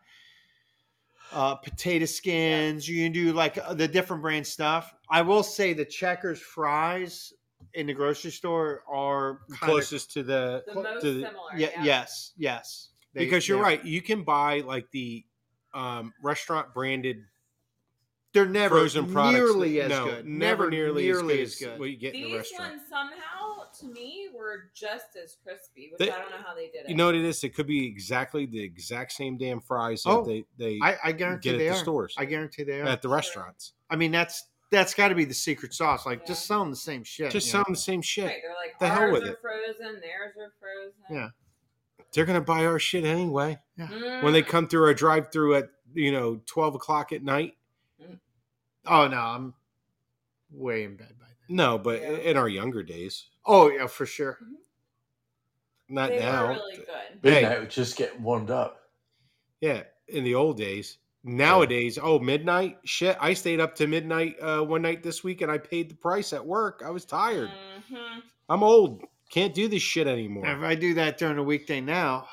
uh, potato skins. You can do like uh, the different brand stuff. I will say the Checkers fries in the grocery store are kinda-
closest to the,
The most
to the-
similar.
Ye- Yes, yes. They-
because you're
they're-
right. You can buy like the um, restaurant branded
They're never
frozen products.
nearly
that-
as
no,
good.
Never, nearly, as good as what you get in the
These
restaurant.
ones somehow, to me, were just as crispy, which
They-
I don't know how they did it.
You know what it is? It could be exactly the exact same damn fries that
Oh,
they they
I, I guarantee
get at
they
the
are.
stores
I guarantee they are.
at the
Sure.
restaurants.
I mean, that's that's got to be the secret sauce. Like, just selling the same shit.
Just
you
some
know?
of the same shit.
right, they're like,
the hell
ours
with
are
it."
frozen, theirs are frozen.
Yeah.
They're gonna buy our shit anyway
Mm.
when they come through our drive-through at you know twelve o'clock at night.
Oh no, I'm way in bed by then.
No, but
Yeah.
in our younger days,
Oh yeah, for sure.
not
they
now.
were really good.
Hey.
Midnight would just get warmed up.
Yeah, in the old days. Nowadays, oh midnight shit! I stayed up to midnight uh, one night this week, and I paid the price at work. I was tired.
Mhm.
I'm old. Can't do this shit anymore. <laughs>
If I do that during a weekday now,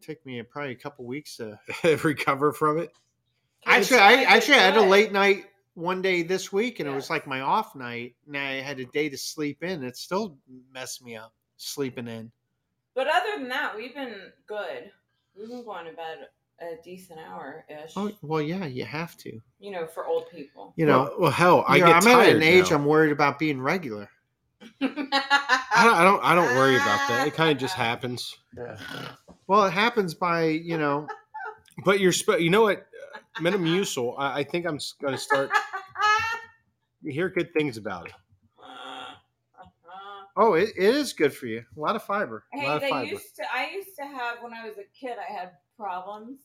it took me probably a couple weeks to.
Recover from it.
It's
Actually, I
good,
actually I had a
good.
late night one day this week, and it was
Yes.
like my off night, and I had a day to sleep in. It still messed me up sleeping in.
But other than that, we've been good. We've been going to bed a decent hour ish.
Oh well, yeah, you have to.
You know, for old people.
<laughs> You know,
well, well, hell, I
you know,
get
I'm
tired
at an age
now.
I'm worried about being regular.
I don't, I don't. I don't worry about that. It kind
<laughs>
of just happens.
Yeah.
Well, it happens by you know.
But you're. Sp- you know what? Metamucil. I, I think I'm going to start. You hear good things about it.
Oh, it, it is good for you. A lot of fiber. A
<laughs>
lot
hey,
of
they
fiber.
used to. I used to have when I was a kid. I had problems.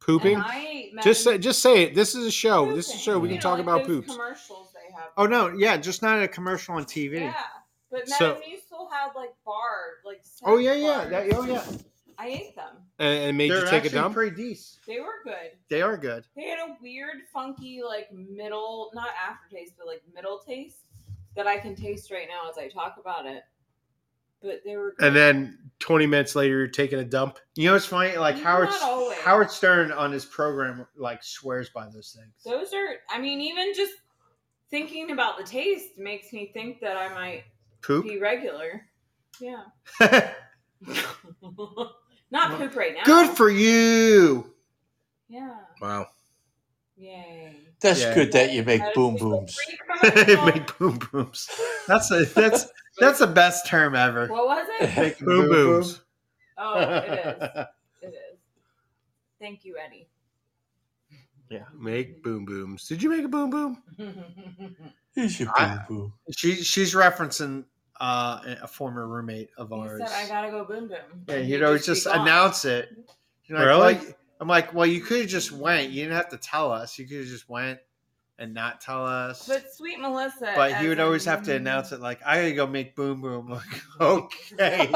Pooping.
And I ate
Just say.
Metamucil
Just say it. This is a show. This is a
pooping.
show. We
You
can
know,
talk
like
about
those
poops.
Commercials they have.
Oh no, yeah, just not a commercial on TV.
Yeah, but
So-
Metamucil had like bars, like.
Oh
snack
yeah, yeah,
bars.
that, oh yeah.
I ate them.
and, and made you take a dump.
pretty decent.
They were good.
They are good.
They had a weird, funky, like middle, not aftertaste, but like middle taste that I can taste right now as I talk about it. But they were good.
and then 20 minutes later you're taking a dump
You know what's funny? Like
Not
Howard
always.
Howard Stern on his program like swears by those things.
those are, I mean, even just thinking about the taste makes me think that I might
Poop.
be regular. Yeah.
<laughs> Well,
not poop right now.
good for you. <laughs>
Yeah.
wow
Yay.
That's
Yeah.
good that you make
How does
boom
it
booms. <laughs>
break from a
Make boom booms. That's a, that's that's the best term ever.
What was
<laughs>
it?
Make boom booms.
Oh, it is. It is. Thank you, Eddie.
make boom booms did you make a boom
<laughs>
boom
Here's your boom
I-
boom.
<laughs> she she's referencing uh, a former roommate of
He
ours.
said, I gotta go boom boom.
Yeah,
And
you
he'd
know,
be
just
gone.
announce it. You're like,
Really?
well, you- I'm like, well, you could have just went. You didn't have to tell us. You could have just went and not tell us. But,
But sweet Melissa.
he would always have to announce it, like, I gotta go make boom boom. <laughs> Like,
<laughs>
okay,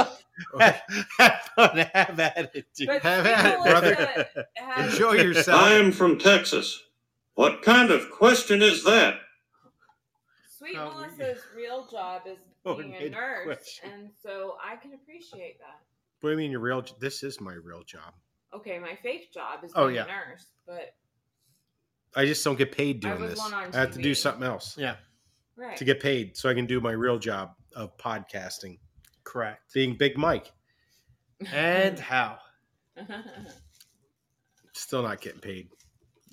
have, have fun, have at it, dude.
But
Have
Sweet
at it,
Melissa
brother.
has-
enjoy
I
yourself
am from Texas. What kind of question is that?
Sweet
Oh, we-
Melissa's real job is
<laughs> Oh,
being a
mid
nurse,
question.
and so I can appreciate that.
what do you mean your real this is my real job
Okay, my fake job is being
Oh,
a
yeah.
nurse, but
i just don't get paid doing
was
this
one on
i have to do
TV.
something else
Yeah,
right.
to get paid so i can do my real job of podcasting
correct.
being big mike
And how?
still not getting paid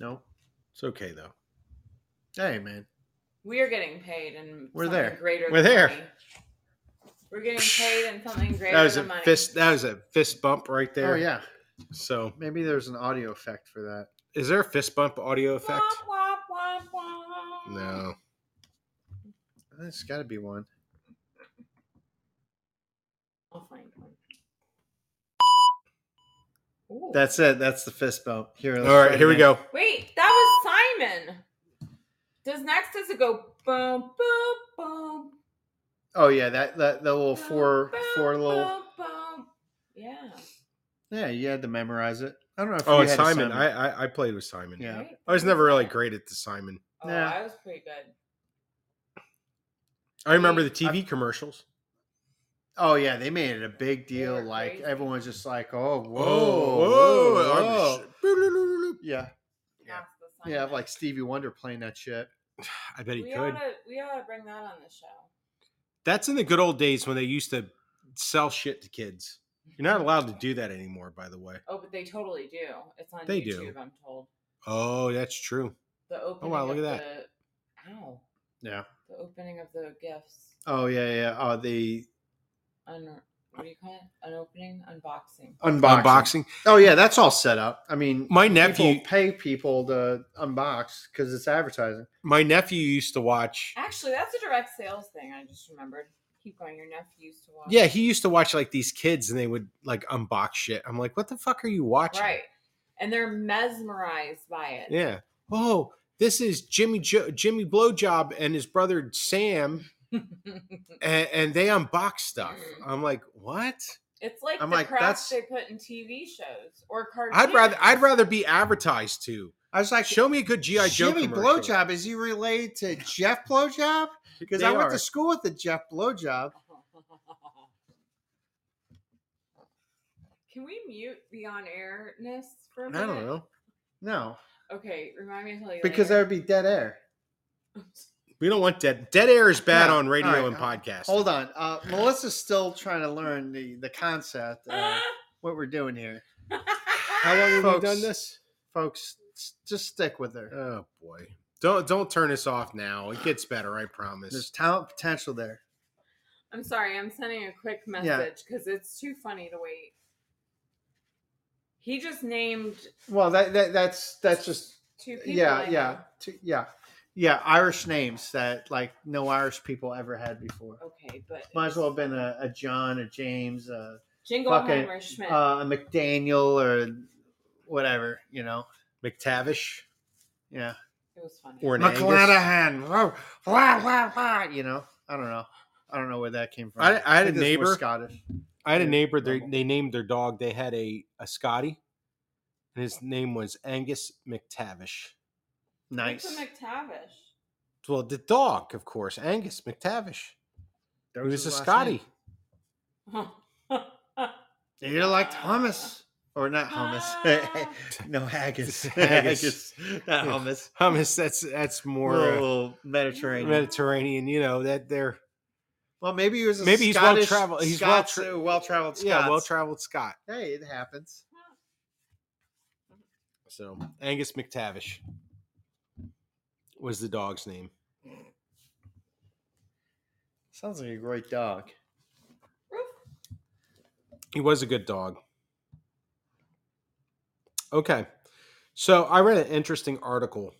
No,
it's okay though
hey man,
<laughs> we are getting paid, and
We're there.
Greater.
We're
than
there.
money. We're getting paid in something greater
that was a
than money.
fist that was a fist bump right there
oh yeah,
so
maybe there's an audio effect for that.
is there a fist bump audio effect
Womp, womp, womp, womp.
no
There's got to be one.
I'll find one. Ooh.
That's it. That's the fist bump. Here, let's
all
try
right
it
here we
again.
go
Wait, that was Simon. Does next does it go boom boom boom?
Oh yeah, that that, that little four
boom,
four
boom,
little.
boom, boom. Yeah.
Yeah, you had to memorize it. I don't know if
Oh,
you
it's
had a
Simon. I, I I played with Simon.
Yeah.
Right?
I was never really great at the Simon.
Oh,
Yeah.
I was pretty good.
I remember the TV commercials.
Oh yeah, they made it a big deal.
were
Like
crazy.
everyone's just like, "Oh, whoa,
whoa,
whoa,
I'm
whoa."
sh- boop-a-loop-a-loop.
yeah,
Yeah.
That's the song.
yeah." Like Stevie Wonder playing that shit.
I bet he
we
could.
Oughta, we ought to bring that on the show.
That's in the good old days when they used to sell shit to kids. You're not allowed to do that anymore, by the way.
Oh, but they totally do. It's on
They do.
YouTube, I'm told.
Oh, that's true.
The opening
wow, look
of
at
the ow.
Yeah.
The opening of the gifts.
Oh yeah, yeah. Oh, the
Un, what do you call it? An opening? Unboxing.
unboxing.
Unboxing.
Oh yeah, that's all set up. I mean,
My
people
nephew,
pay people to unbox because it's advertising.
my nephew used to watch.
Actually, that's a direct sales thing. I just remembered. Keep going. Your nephew used to watch.
Yeah, he used to watch like these kids, and they would like unbox shit. I'm like, what the fuck are you watching?
Right. And they're mesmerized by it.
Yeah. Oh, this is Jimmy jo- Jimmy Blowjob and his brother Sam, and, and they unbox stuff. I'm like, what?
it's like
I'm
the
like,
crap
that's-
they put in TV shows or cartoons.
I'd rather I'd rather be advertised to.
I was like,
Show me a good GI Joe
Jimmy
commercial.
Blowjob is he related to Jeff
<laughs>
Blowjob? Because
They
I went
are.
to school with the Jeff Blowjob.
Can we mute the on airness for a
I
minute?
don't know.
No,
Okay, remind me to tell you.
because there
later.
would be dead air.
We don't want dead dead air is bad
No.
on radio
All right.
and podcast.
Hold on, uh, Melissa's still trying to learn the the
<laughs>
<laughs>
concept of what we're doing here,
How long have
Folks.
we done this?
folks. s- Just stick with her.
Oh boy. Don't don't turn us off now. It gets better, I
There's
promise.
talent potential there.
I'm sorry, I'm sending a quick message because it's too funny to wait. He just named
Well, that, that that's that's just
two people.
yeah
I
yeah t- yeah yeah Irish names that like no Irish people ever had before.
know. Okay, but
Might as well have been a, a John, a James, a, fucking,
Jingleheimer Schmidt.
uh, a McDaniel, or whatever. You know,
McTavish
yeah.
it was funny.
or an Angus.
McClanahan. Wah, wah, wah, wah, You know, I don't know. I don't know where that came from.
I- I had
think
a
that's more
neighbor-
Scottish.
I had a
Yeah,
neighbor. They,
normal.
they named their dog. They had a a Scotty, and his name was Angus McTavish.
What's
Nice.
a McTavish. <laughs>
Well, the dog, of course, Angus McTavish.
That
He was a
his last
Scotty.
name. You're like Thomas. Or not hummus.
Ah.
<laughs>
<laughs>
no haggis.
Haggis.
Not hummus.
Hummus. Um, That's that's more
More
uh,
little Mediterranean.
Med-
Mediterranean. You know that they're
well, maybe he was a
Maybe he's
Scottish
well-traveled- he's
Scots-
well-tra-
uh, well-traveled
yeah
Scots.
well traveled Scot.
Hey, it happens.
So Angus McTavish was the dog's name.
Sounds like a great dog.
He was a good dog. Okay, so I read an interesting article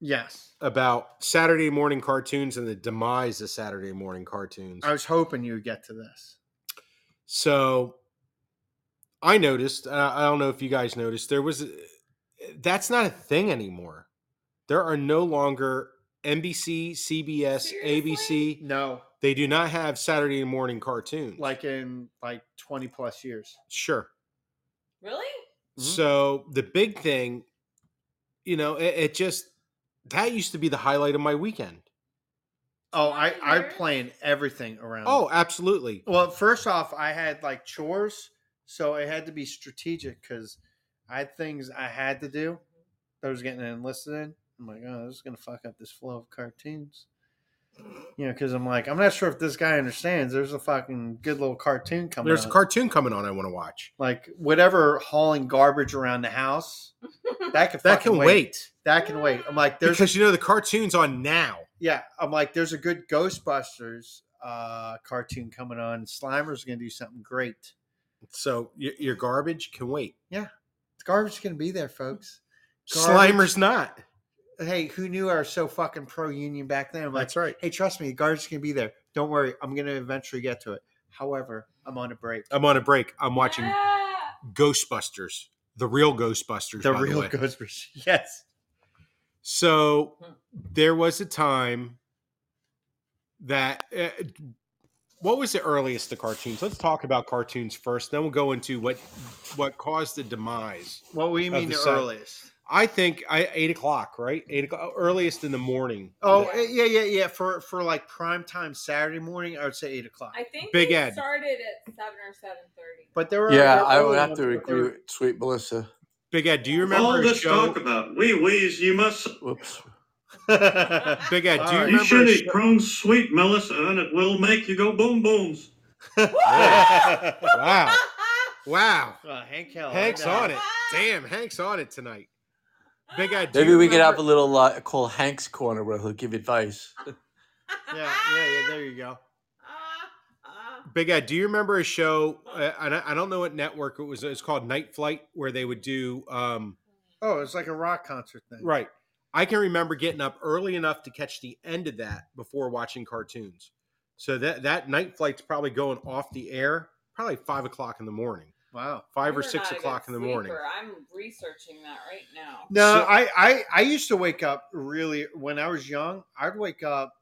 Yes.
about Saturday morning cartoons and the demise of Saturday morning cartoons.
I was hoping you would get to this.
So I noticed, uh, I don't know if you guys noticed, there was eh, that's not a thing anymore. There are no longer NBC, CBS, ABC.
No,
They do not have Saturday morning cartoons.
like in like 20 plus years.
sure.
Really?
Mhm.
So the big thing, you know, it, it just that used to be the highlight of my weekend.
Oh, I I
Years?
plan everything around.
Oh, absolutely.
well, first off, I had like chores, so it had to be strategic because I had things I had to do. that I was getting enlisted in. I'm like, oh, this is gonna fuck up this flow of cartoons. You know, because I'm like, I'm not sure if this guy understands. There's a fucking good little cartoon coming.
There's a
out.
cartoon coming on I want to watch.
like whatever hauling garbage around the house that can
That
fucking
can wait.
That can wait. I'm like, there's
because you know the cartoon's on now.
yeah. I'm like, there's a good Ghostbusters uh, cartoon coming on. Slimer's gonna do something great.
So your, your garbage can wait.
The garbage's gonna be there, folks. Garbage.
Slimer's not.
Hey, who knew I was so fucking pro union back then? I'm like,
That's right.
hey, trust me, the garbage's gonna be there. Don't worry, I'm gonna eventually get to it. However, I'm on a break.
I'm on a break. I'm watching
Ah!
Ghostbusters, the real Ghostbusters.
The
by
real
way.
Ghostbusters. <laughs> Yes.
So
Hmm.
there was a time that uh, eh, what was the earliest the cartoons? Let's talk about cartoons first. Then we'll go into what what caused the demise.
What do you
Of
mean
the
the
sun.
earliest?
I think I eight o'clock, right? Eight o'clock, oh, earliest in the morning.
Oh eh, yeah, yeah, yeah. For for like prime time Saturday morning, I would say eight o'clock.
I think
Big
they
Ed.
started at seven or seven thirty. <laughs>
But there were
Yeah,
there were
I would
early
have
ones,
to
but there
agree
were-
with Sweet Melissa.
Big Ed, do you
All
remember a
this
show?
Oh, talk about wee wees, you must.
Whoops.
<laughs>
<laughs>
Big Ed, do you
Alright.
You
remember?
should
a
eat
show-
prune sweet Melissa, and it will make you go boom booms.
Wow, wow,
Uh, Hank Hill. I
Hank's
know.
on it. Damn, Hank's on it tonight.
<laughs>
Big Ed, do
Maybe
you
we could have
remember-
a little uh, called Hank's Corner where he'll give advice.
Yeah, yeah, yeah.
<laughs>
There you go.
Ah,
Big Ed, do you remember a show? Uh, and I, I don't know what network it was. It's called Night Flight, where they would do. um
Oh, it's like a rock concert thing.
Right. I can remember getting up early enough to catch the end of that before watching cartoons. So that that night flight's probably going off the air probably five o'clock in the morning,
Wow.
five
You
or
are
six
not a good
o'clock in the morning.
sleeper. I'm researching that right now.
No,
So-
I, I I used to wake up really when I was young. I'd wake up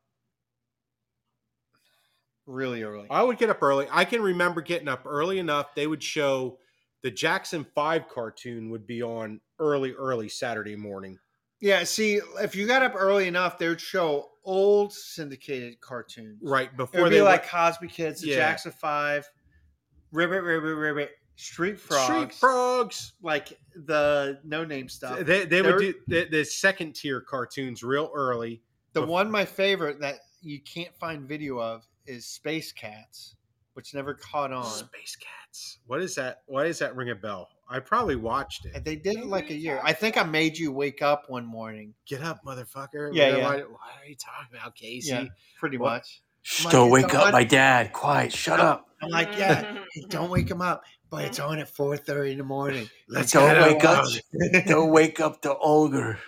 really early.
I would get up early. I can remember getting up early enough. They would show the Jackson Five cartoon would be on early, early Saturday morning.
Yeah, see, if you got up early enough, they would show old syndicated cartoons.
Right
It
before
would
they
be
went-
like Cosby Kids, The
Yeah.
Jackson Five, Ribbit, Ribbit, Ribbit, Street Frogs,
Street Frogs.
like the no name stuff.
They, they would
They're-
do the, the second tier cartoons real early.
The one my favorite that you can't find video of is Space Cats, which never caught on.
Space Cats. What is that? Why does that ring a bell? I probably watched it.
And they did it like a
Maybe
year.
that's
I think I made you wake up one morning,
Get up, motherfucker.
Yeah,
Why-
yeah.
Why, why are you talking about Casey?
Yeah. pretty
What?
much.
Shh,
Mike,
don't
it's
wake
on.
up, my dad. Quiet, shut up.
<laughs>
I'm like,
Mm-hmm.
yeah, hey, don't wake them up, but it's on at 4.30 in the <laughs> morning. Let's
don't
get out.
wake up. don't wake up the ogre.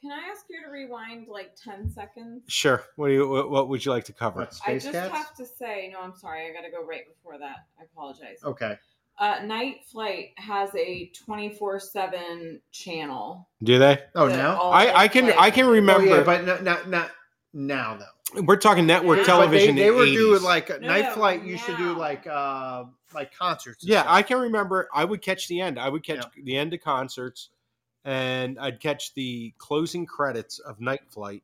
Can I ask you to rewind like ten seconds?
Sure. What do you? What, what would you like to cover?
What,
I
Space
just
Cats?
have to say, no, I'm sorry. I got to go right before that. I apologize.
Okay.
Uh, Night Flight has a 24 7 channel.
Do they?
Oh,
that
now?
all
I,
they
I can
play.
I can
Oh,
remember.
yeah, but not, not, not now, though.
we're talking network
Yeah. But
But
television.
They, they
in
were
80s.
doing like a
No,
Night
no,
Flight. You should do
now.
like uh, like concerts. and
Yeah,
stuff.
I can remember. I would catch the end. I would catch the end of concerts, and I'd catch the closing credits of Night Flight,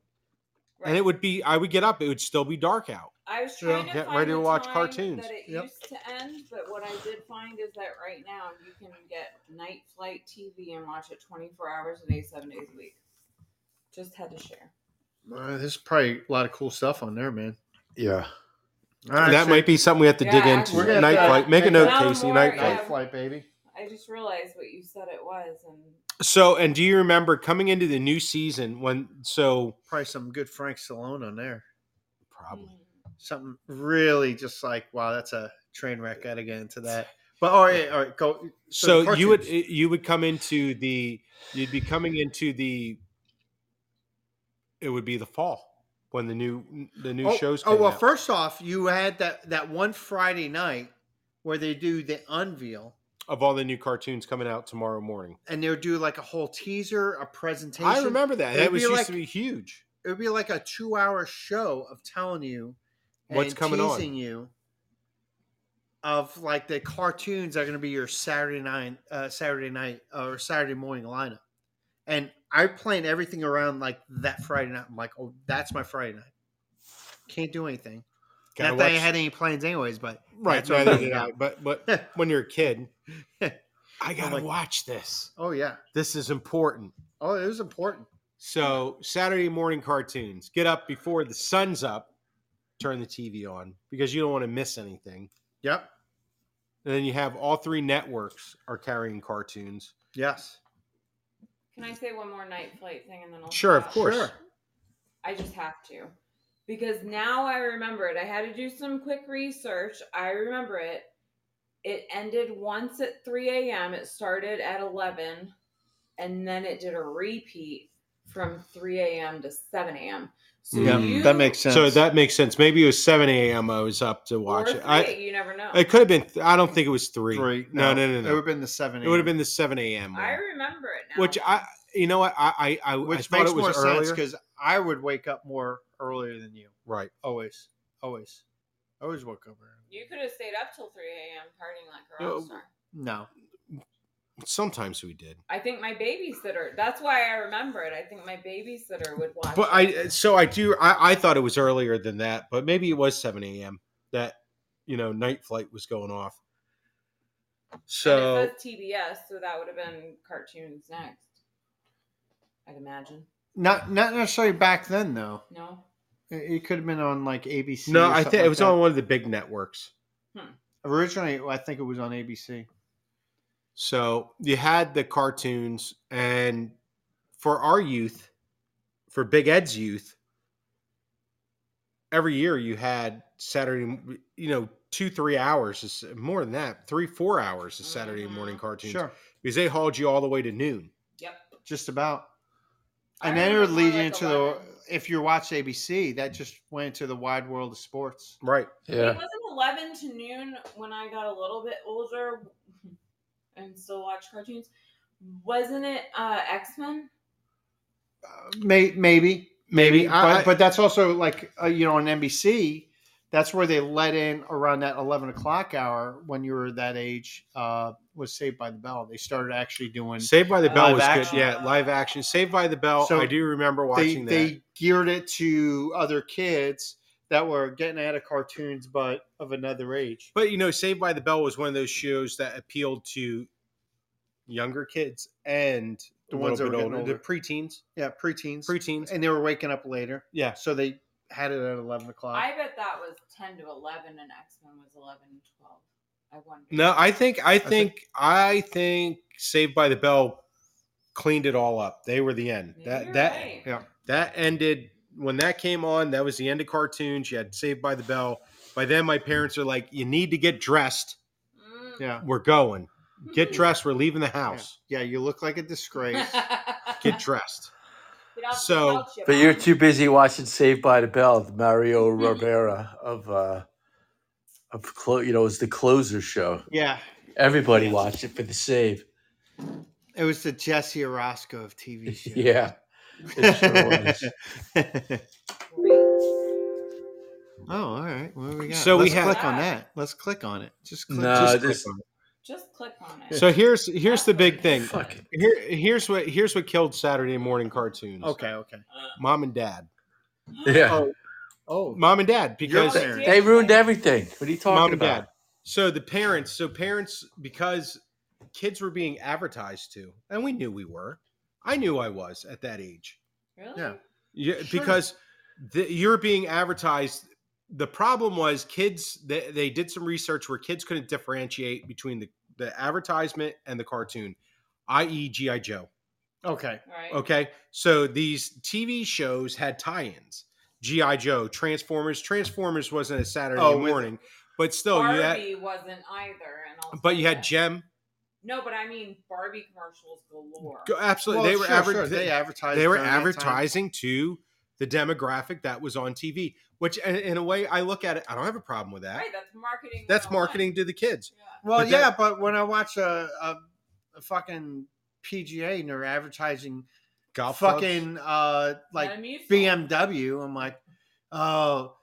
and it would be. I would get up. It would still be dark out.
I was
Well,
trying to
get
find
ready to
the
watch
time
cartoons.
That it
Yep.
used to end, but what I did find is that right now you can get Night Flight TV and watch it 24 hours a day, seven days a week. Just had to share.
Uh, there's probably a lot of cool stuff on there, man.
Yeah.
All right,
that
so
might be something we have to
Yeah,
dig
actually,
We're
into.
gonna
Night
have to
Flight. Make a
make
note,
that
Casey.
more, yeah.
Night Flight.
Night Flight, baby.
I just realized what you said it was, and
So, and do you remember coming into the new season when? So
Probably some good Frank Stallone on there.
probably
mm.
Something really just like wow, that's a train wreck. Gotta get into that. But all right, all right, go.
so,
the
you would eh,
cartoons.
you would come into the you'd be coming into the it would be the fall when the new the new
oh,
shows.
Oh
came
well,
out.
first off, you had that that one Friday night where they do the unveil.
of all the new cartoons coming out tomorrow morning.
And they would do like a whole teaser, a presentation.
I remember that.
It'd
That was
be
used
like-
to be huge.
it would be like a two hour show of telling you
What's
and
coming on.
teasing you of like the cartoons that are going to be your Saturday night, uh, Saturday night or Saturday morning lineup. And I plan everything around like that Friday night. I'm like, oh, that's my Friday night. Can't do anything.
Gotta
Not that I
watch-
had any plans, anyways. But <laughs>
right,
that's what I'm
neither
doing
did
now.
I. But but when you're a <laughs> kid, I gotta
like-
watch this.
oh yeah,
This is important.
oh it was important.
So Saturday morning cartoons. Get up before the sun's up. Turn the TV on because you don't want to miss anything.
Yep.
And then you have all three networks are carrying cartoons.
Yes.
can I say one more Night Flight thing, and then I'll
Sure, of
stop?
course.
Sure.
I just have to. Because now I remember it. I had to do some quick research. I remember it. It ended once at 3 a.m. It started at 11, and then it did a repeat from 3 a.m. to 7 a.m. So
Yeah,
you,
Mm. that makes sense.
So that makes sense. Maybe it was seven a.m. I was up to
or
watch it.
three,
I
you never know.
it could have been. I don't think it was three.
three.
No, no, no,
It would
no.
have been the seven.
It would have
a.m.
been the seven a.m.
I
one.
remember it now.
Which I, you know what, I I, I, I
which
thought
makes
it was
more
earlier.
sense because I would wake up more earlier than you.
right.
Always, always. I always woke up early.
You could have stayed up till 3 a.m. partying like a
No.
rock star.
No.
Sometimes we did,
I think my babysitter. That's why I remember it. I think my babysitter would watch.
but I
it.
so I do. I, I thought it was earlier than that, but maybe it was seven a.m. that you know night flight was going off.
and
So
it says TBS, so that would have been cartoons next. I'd imagine.
Not not necessarily back then though.
No,
It, it could have been on like ABC.
no,
or
I
something
think it
like
was
that.
on one of the big networks.
originally. I think it was on ABC.
So you had the cartoons, and for our youth, for Big Ed's youth, every year you had Saturday, you know, two, three hours, is more than that, three, four hours of Saturday morning
Mhm.
cartoons.
Mm-hmm. Sure,
Because they hauled you all the way to noon.
Yep.
just about.
I
And then it would
remember more
lead
like
into the
11.
if you watch ABC, that just went into the wide world of sports.
Right.
It wasn't 11 to noon when I got a little bit older <laughs> and still watch cartoons. Wasn't it uh, X Men?
May, maybe,
Maybe. I-
but,
I-
but that's also like uh, you know on NBC. That's where they let in around that eleven o'clock hour when you were that age. Uh, was Saved by the Bell. They started actually doing.
Saved by the Bell
Live
was
action.
good. Yeah, live action. Saved by the Bell.
So
I do remember
They,
watching that.
they geared it to other kids that were getting out of cartoons, but of another age.
But you know, Saved by the Bell was one of those shows that appealed to younger kids and
The
a
ones
little bit
that were getting
older, the
older.
preteens,
Yeah, preteens,
preteens.
and they were waking up later.
Yeah.
so they had it at eleven
Uh.
o'clock.
I bet that was 10 to 11 and X Men was 11 to 12. I wonder.
No, I think I
thi-
think I think Saved by the Bell cleaned it all up. They were the end.
Maybe
That
you're
that
right.
yeah.
that ended when that came on. That was the end of cartoons. You had Saved by the Bell. By then, my parents are like, "You need to get dressed.
Mm.
yeah,
We're going. Get dressed. We're leaving the house.
yeah. You look like a disgrace.
<laughs>
Get dressed."
Get off the
So-
couch, you
But you're
bum.
too busy watching Saved by the Bell, the Mario Rivera of uh of clo- you know, it was the closer show.
yeah,
Everybody watched it for the save.
it was the Jesse Orozco of
<laughs>
TV shows.
Yeah. It sure was.
oh, all right. What do we got?
So we
Let's
have-
click on that. Let's click on it. Just click.
No,
just
Just click
this-
on
Just click on
it.
it.
So here's here's the big thing.
Fuck it.
Here, here's what here's what killed Saturday morning cartoons.
okay, okay.
mom and dad,
Yeah.
Oh, oh,
mom and dad,
Your
because
parents.
They ruined everything. What are you talking
mom and
about?
dad. So the parents, so parents, because kids were being advertised to, and we knew we were. I knew I was at that age.
Really?
Yeah.
Yeah,
Sure.
because the, you're being advertised. The problem was kids. They, they did some research where kids couldn't differentiate between the the advertisement and the cartoon, i.e., GI Joe.
okay.
Right.
Okay. So these TV shows had tie ins G.I. Joe, Transformers. Transformers wasn't a Saturday
Oh, with-
morning, but still,
Barbie
you had,
wasn't either. And I'll
but
say
you had
that.
Gem.
No, but I mean Barbie commercials galore.
Go- Absolutely.
Well,
they were
sure,
adver-
sure,
they,
They advertised.
they were
during that time.
advertising to the demographic that was on TV, which in, in a way I look at it, I don't have a problem with that.
Right, that's marketing.
That's
101.
marketing to the kids.
Yeah.
Well,
But that-
yeah, but when I watch a, a, a fucking PGA and they're advertising
Golf clubs.
fucking uh, like
Metamucil.
BMW, I'm like, oh,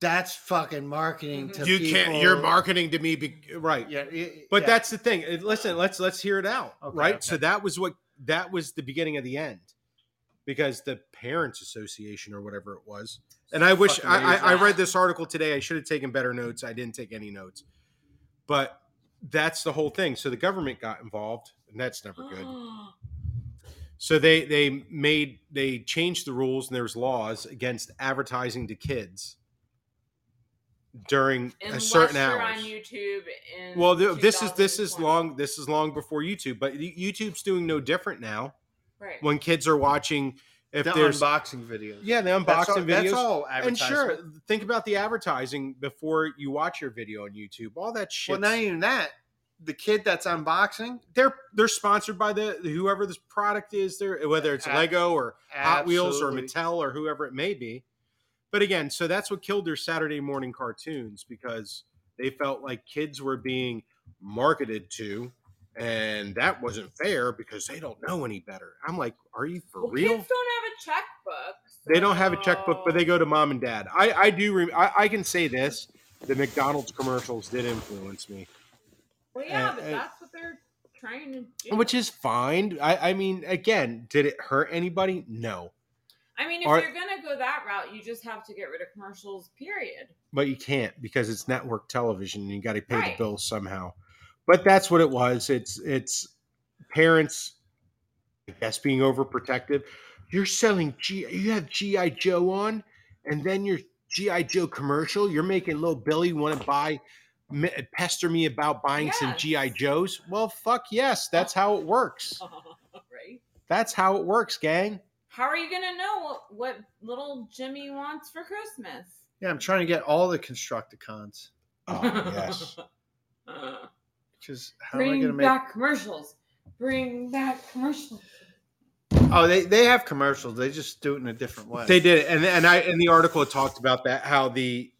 that's fucking marketing to
Mm-hmm. you
people.
can't, you're marketing to me. Be, right.
Yeah, it-
But
yeah.
that's the thing. Uh, Listen, let's let's hear it out,
Okay,
right?
okay.
So that was what that was the beginning of the end, because the parents' association or whatever it was. And I wish
Fucking
I, I, I
amazing.
read this article today. I should have taken better notes. I didn't take any notes, but that's the whole thing. So the government got involved, and that's
<gasps>
never good. So they they made they changed the rules, and there's laws against advertising to kids during a
Unless
certain
you're
hours.
on YouTube. In
Well, th- this is this is
2020.
long. This is long before YouTube, but y- YouTube's doing no different now.
Right.
When kids are watching, if
the
there's
unboxing videos.
yeah, the unboxing
That's all-
videos,
That's all
and
advertising.
sure, think about the advertising before you watch your video on YouTube. All that shit.
Well, not even that. The kid that's unboxing,
they're they're sponsored by the whoever this product is. There, whether it's
Ab-
Lego or Hot Wheels or
absolutely.
Mattel or whoever it may be. But again, so that's what killed their Saturday morning cartoons because they felt like kids were being marketed to, and that wasn't fair because they don't know any better. I'm like, are you for
Well,
real?
Kids don't have a checkbook.
they don't have a checkbook, but they
so-
go to mom and dad. I I do. Re- I, I can say this: the McDonald's commercials did influence me,
Well, yeah,
Uh,
but
uh,
that's what they're trying to do.
which is fine. I, I mean, again, did it hurt anybody? No,
I mean, if
are-
you're gonna go that route, you just have to get rid of commercials. Period. <laughs>
but you can't because it's network television and you got to pay
Right.
the bills somehow. But that's what it was. It's it's parents, I guess, being overprotective. You're selling G. You have GI Joe on, and then your GI Joe commercial. You're making little Billy want to buy. me- Pester me about buying some
Yes.
GI Joes. Well, fuck yes, that's how it works.
oh. right?
That's how it works, gang.
How are you gonna know what, what little Jimmy wants for Christmas?
Yeah, I'm trying to get all the Constructicons.
Oh
<laughs>
yes.
Uh,
Because how am I
Bring
going to make?
back commercials. Bring back commercials.
Oh, they, they have commercials. They just do it in a different way.
They did it, and and I in the article it talked about that how the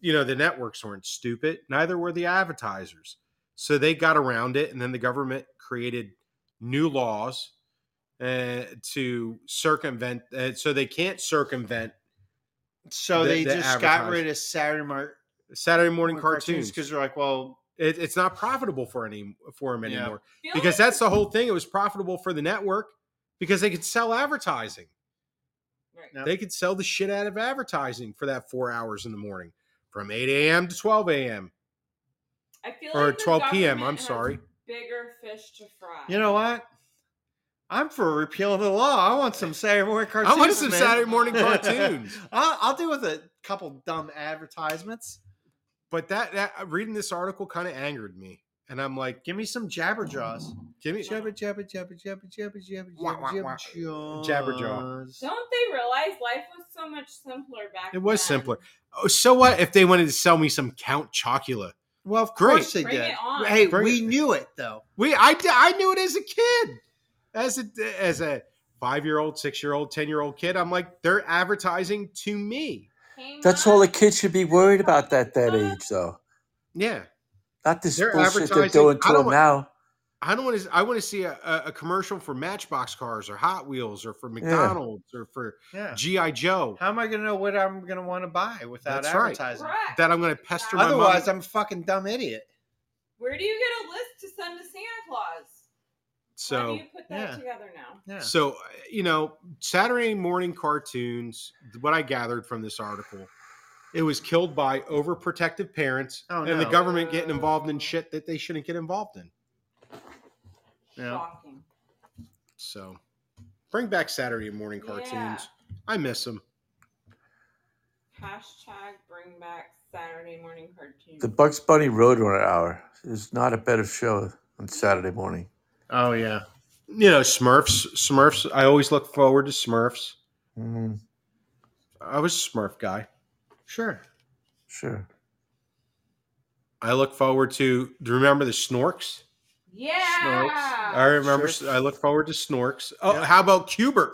you know the networks weren't stupid, neither were the advertisers, so they got around it, and then the government created new laws uh, to circumvent, uh, so they can't circumvent
So
The-
they
the
just got
advertising.
rid of Saturday mar-
Saturday morning cartoons.
because they're like, well,
It, it's not profitable for any for them
Yeah.
anymore
Feel
because
like-
that's the whole thing. It was profitable for the network because they could sell advertising.
Right.
Yeah.
They could sell the shit out of advertising for that four hours in the morning from 8 a.m. to 12 a.m.
I feel
or
like the
12 p.m.,
government
I'm
has
sorry.
Bigger fish to fry.
you know what? I'm for repealing the law. I want some Saturday morning cartoons.
I want some
man.
Saturday
<laughs>
morning cartoons.
I'll, I'll do with a couple dumb advertisements.
but that, that reading this article kind of angered me. And I'm like,
Give me some Jabberjaws.
give me
Jabber, jabber, jabber, jabber, jabber, jabber,
Wah, wah,
jabber,
wah.
jabberjaws.
Jabberjaw.
Don't they realize life was so much simpler back?
It was
then?
simpler. oh, so what if they wanted to sell me some Count Chocula?
Well, of
Great.
course they
Bring
did.
it on.
Hey,
Bring
we
it.
knew it though.
We I d- I knew it as a kid, as a as a five year old, six year old, ten year old kid. I'm like, they're advertising to me.
Came
That's all the
on.
kids should be worried about at that age, though.
Yeah,
Not this
They're
bullshit they're
advertising-
doing
I
to
don't
them
want-
now.
I don't want to. I want to see a, a, a commercial for Matchbox cars or Hot Wheels or for McDonald's or for
Yeah.
GI Joe
How am I going to know what I'm going to want to buy without
That's right.
advertising?
Correct.
that I'm going to pester my mom.
Otherwise, I'm a fucking dumb idiot.
Where do you get a list to send to Santa Claus? How do
So
you put that
Yeah.
together now?
Yeah.
so uh, you know Saturday morning cartoons. What I gathered from this article, it was killed by overprotective parents
Oh,
and the
no.
government getting involved in shit that they shouldn't get involved in.
Yeah.
Shocking.
So bring back Saturday morning cartoons.
Yeah.
I miss them.
Hashtag bring back Saturday morning cartoons.
The Bugs Bunny Roadrunner Hour is not a better show on Saturday morning.
Oh yeah.
You know Smurfs. Smurfs. I always look forward to Smurfs.
Mm,
I was a Smurf guy.
Sure.
sure.
I look forward to. Do you remember the Snorks?
yeah.
I remember.
Ah, sure.
I look forward to Snorks. Oh,
Yeah.
how about Cubert?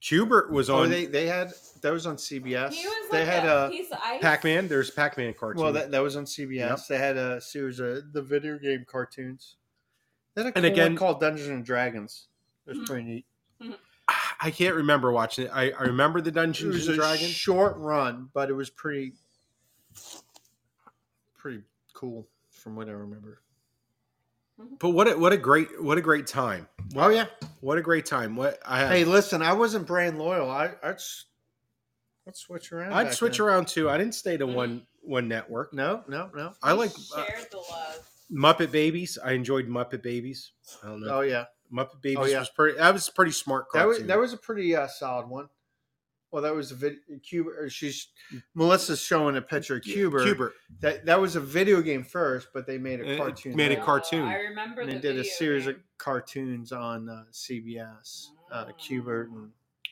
Cubert was
Oh,
on
they they had that was on CBS.
He was like
they had a,
piece of ice.
Pac-Man. There's a Pac-Man cartoon.
well that, that was on CBS.
Yep.
They had a series of the video game cartoons. They had a
And
cool
again-
one called Dungeons and Dragons. It
Mm-hmm.
was pretty neat.
I can't remember watching it. I, I remember the
It
Dungeons
was
and
a
Dragons.
short run, but it was pretty pretty cool from what I remember.
but what a, what a great what a great time.
Oh yeah.
What a great time. What I had,
Hey, listen, I wasn't brand loyal. I I'd, s- I'd switch around.
I'd
back
switch
then.
around too. I didn't stay to one one network.
No, no, no.
I
He
like uh,
shared the love.
Muppet Babies. I enjoyed Muppet Babies. I don't know.
Oh yeah.
Muppet Babies
yeah.
was pretty. That was a pretty smart
That was
cartoon.
that was a pretty uh, solid one. Well, that was a vid- Cuba. Or she's
Mm.
Melissa's showing a picture of Cuba.
Cubert.
That that was a video game first, but they made a
It- it
cartoon.
Eh, made a
later.
Oh,
cartoon.
I remember
And they
the
did a
video
series
game.
of cartoons on uh, CBS, uh,
Oh.
Cuba and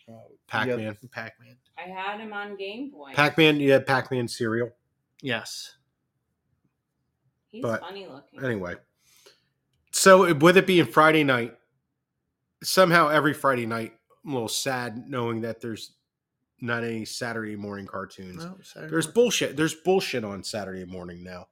uh,
Pac-Man.
Pac Man.
I had him on Game Boy.
Pac-Man. You had Pac-Man cereal.
Yes.
He's
but-
funny looking.
Anyway, so it- with it being Friday night, somehow every Friday night, I'm a little sad knowing that there's not any Saturday morning cartoons.
Well, Saturday
There's
morning.
bullshit. There's bullshit on Saturday morning now.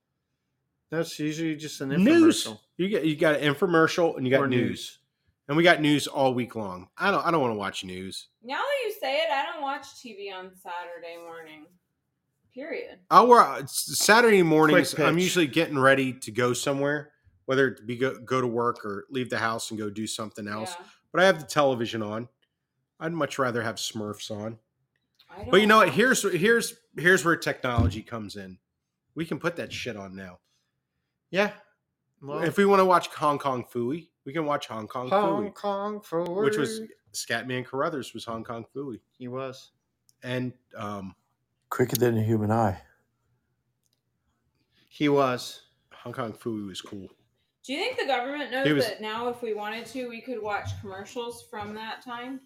that's usually just an
News.
infomercial.
You get you got an infomercial and you got
Or
news.
news.
and we got news all week long. I don't I don't want to watch news.
Now that you say it, I don't watch TV on Saturday morning. Period.
Our Saturday mornings,
Quick
I'm
pitch.
usually getting ready to go somewhere, whether it be go, go to work or leave the house and go do something else.
Yeah.
But I have the television on. I'd much rather have Smurfs on.
I don't
But you know what? Here's here's here's where technology comes in. We can put that shit on now. Yeah.
Well,
if we want to watch Hong Kong Fooey, we can watch Hong Kong
Hong
Fooey.
Kong for
Which was- Scatman Carruthers was Hong Kong Fooey.
he was.
And um,
Quicker than a human eye.
He was.
Hong Kong Fooey was cool.
Do you think the government knows
He was-
that now, if we wanted to, we could watch commercials from that time?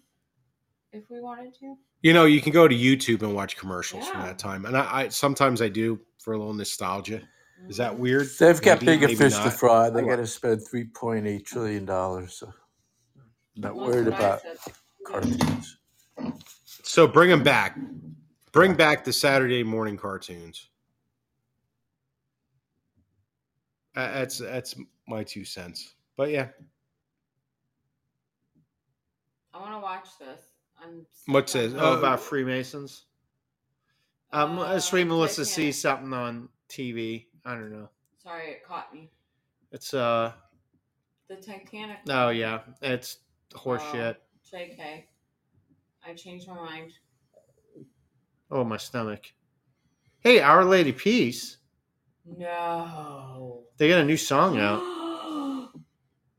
If we wanted to?
You know, you can go to YouTube and watch commercials from
Yeah.
that time. And I, I sometimes I do for a little nostalgia. Is that weird?
They've got
Maybe,
bigger
maybe
fish to
not.
fry. They
I
got to spend three point eight trillion dollars. So, not
That's
worried
what I
about
said.
cartoons.
So bring them back. Bring back the Saturday morning cartoons. Uh, That's that's my two cents. But yeah,
I want to watch this. I'm
What says-
Oh,
Uh,
about Freemasons. Um, uh, Sweet
Uh,
Melissa
I
sees
can't-
something on TV. I don't know.
Sorry, it caught me.
It's uh
The Titanic.
oh yeah, it's horseshit.
JK. I changed my mind.
Oh my stomach. Hey, Our Lady Peace.
No.
They got a new song
<gasps>
out.
no.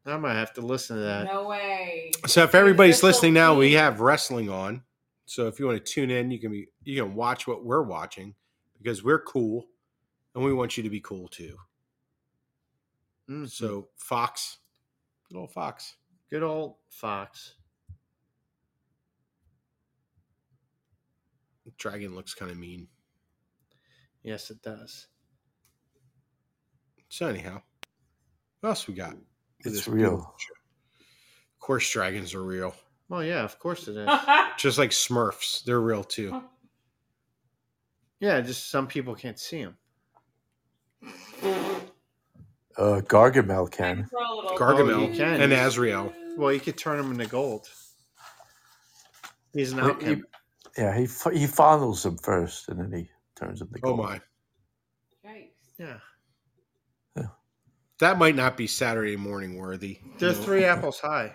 I might have to listen to that.
No
<laughs>
way.
so if everybody's
Crystal
listening now, we
Pete.
have wrestling on. So if you want to tune in, you can be you can watch what we're watching because we're cool and we want you to be cool too.
Mm,
So Fox, little Fox.
good old Fox.
Dragon looks kind of mean.
Yes, it does.
So anyhow, what else we got? for
It's
this
real.
beautiful show? Of course, dragons are real.
Well, yeah, of
<laughs>
course it is.
Just like Smurfs, they're real
Oh,
too.
yeah, just some people can't see him.
Uh, Gargamel can.
Gargamel
Oh, you can.
and Azrael.
Well, you could turn him into gold. He's an
He-
outcome.
he- yeah, he f- he fondles him first, and then he turns him to
Oh
gold.
my,
Yikes.
Yeah,
that might not be Saturday morning worthy.
they're
No.
three apples high.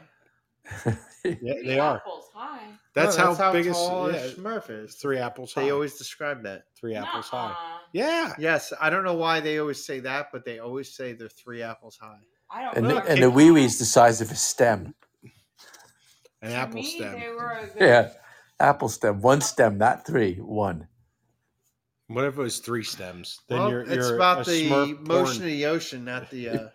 Yeah,
Three
they are.
apples, Hi.
That's,
No,
how, big a
tall a
yeah,
Smurf is.
it's three apples high.
They always describe that.
three apples high.
Nuh-uh.
Yeah,
Yes, I don't know why they always say that, but they always say they're three apples high.
I don't
And
know.
the, and the
To
wee wee's the size of a stem.
an apple
me,
stem.
They were a good,
Yeah, apple stem. One stem, not three. One.
What if it was three stems? Then
Well,
you're,
it's
you're
about
a Smurf
the
porn-
motion of the ocean, not the. Uh,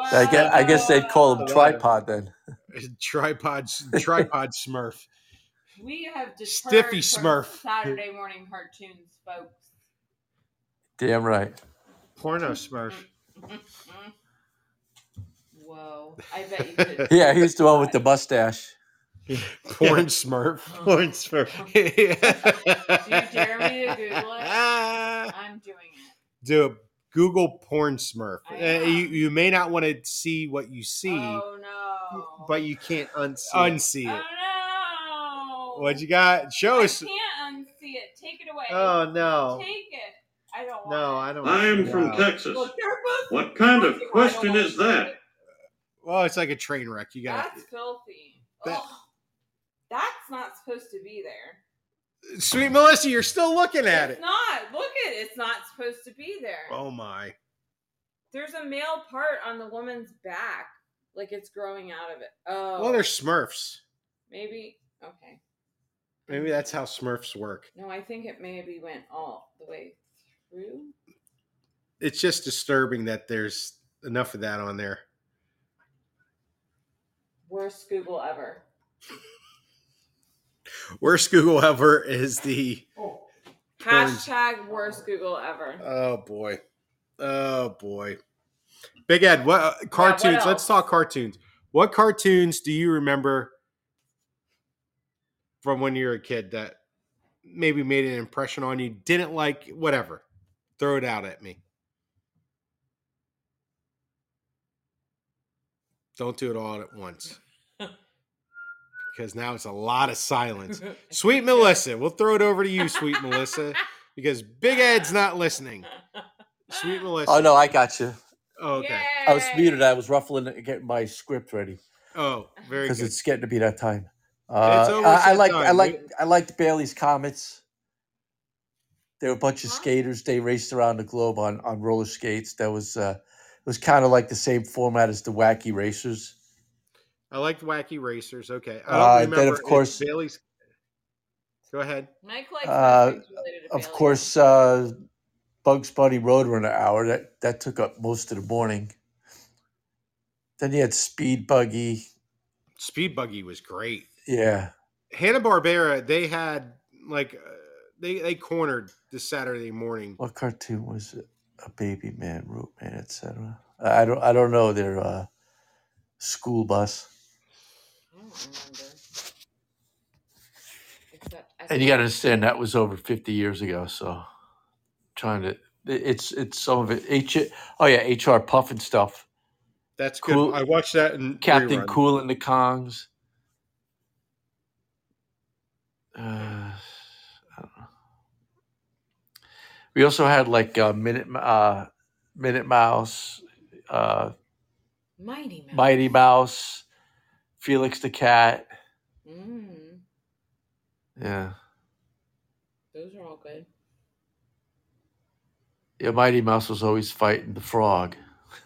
I guess, I guess they'd call them
Wow.
tripod then.
<laughs> tripod
<laughs>
tripod Smurf.
We have deterred
Stiffy
from
Smurf.
Saturday morning cartoons, folks.
Damn right.
Porno Smurf.
Whoa! I bet you could.
<laughs> Yeah, he's the one with the mustache.
Porn Smurf. <laughs>
<laughs>
Porn Smurf.
Do
Oh. dare me to Google
it?
I'm doing it.
<laughs> Do a Google porn Smurf.
I
Uh, you,
am.
you may not want to see what you see,
Oh no!
But you can't unsee. it.
unsee it.
oh no!
What you got? Show
I
us.
can't unsee it. Take it away.
Oh no,
Take it. I don't. Want
no,
it.
Oh,
I don't.
I am
Wow.
from Texas.
Look, they're both
What kind of
filthy. I
question
don't
is
want
that?
it.
Well, it's like a train wreck. You got
That's filthy.
That-
Ugh. That's not supposed to be there.
Sweet Melissa, you're still looking at
it's
it.
not. Look at it. It's not supposed to be there.
Oh my.
There's a male part on the woman's back, like it's growing out of it. Oh,
Well, they're Smurfs.
maybe. Okay.
Maybe that's how Smurfs work.
No, I think it maybe went all the way through.
It's just disturbing that there's enough of that on there.
Worst Google ever.
Worst Google ever is the Burns.
Hashtag worst Google ever.
Oh boy. Oh boy. Big Ed, what uh, cartoons? Let's
else?
talk cartoons. What cartoons do you remember from when you were a kid that maybe made an impression on you, didn't like, whatever? Throw it out at me. Don't do it all at once.
<laughs>
because now it's a lot of silence. Sweet Melissa, we'll throw it over to you, sweet Melissa. because Big Ed's not listening.
<gasps>
Sweet Melissa.
Oh no, I got you.
Oh, okay.
I was
Yay.
muted. I was ruffling, it, getting my script ready
Oh, very
because
good.
it's getting to be that time. Uh,
almost
I, I
that
like, I
time.
like, I liked Bailey's comments. They were a bunch of
Huh?
skaters. They raced around the globe on on roller skates. That was uh, it was kind of like the same format as the Wacky Racers.
I liked Wacky Racers. Okay. I
Uh,
don't
then, of
remember. if
course-
Bailey's. Go ahead.
Mike likes
Uh,
nothing related to
Of
Bailey.
course, uh, Bugs Bunny Roadrunner hour that that took up most of the morning. Then you had Speed Buggy.
Speed Buggy was great.
Yeah,
Hanna Barbera, they had like uh, they they cornered this Saturday morning.
what cartoon was it? A Baby Man, Root Man, etc. I I don't, I don't know their uh, school bus.
I don't remember. Except I
And you got to
think-
understand that was over fifty years ago. So trying to, it- it's it's some of it. H, oh yeah, H.R. Puff and stuff.
That's
Cool.
good. I watched that in
Captain
rerun.
Cool and the Kongs. Uh, I don't know. We also had like uh, Minute M- uh, Minute Mouse, uh,
Mighty Mouse.
Mighty Mouse, Felix the Cat.
Mm,
Yeah,
those are all
<laughs>
good.
yeah. Mighty Mouse was always fighting the frog. <laughs>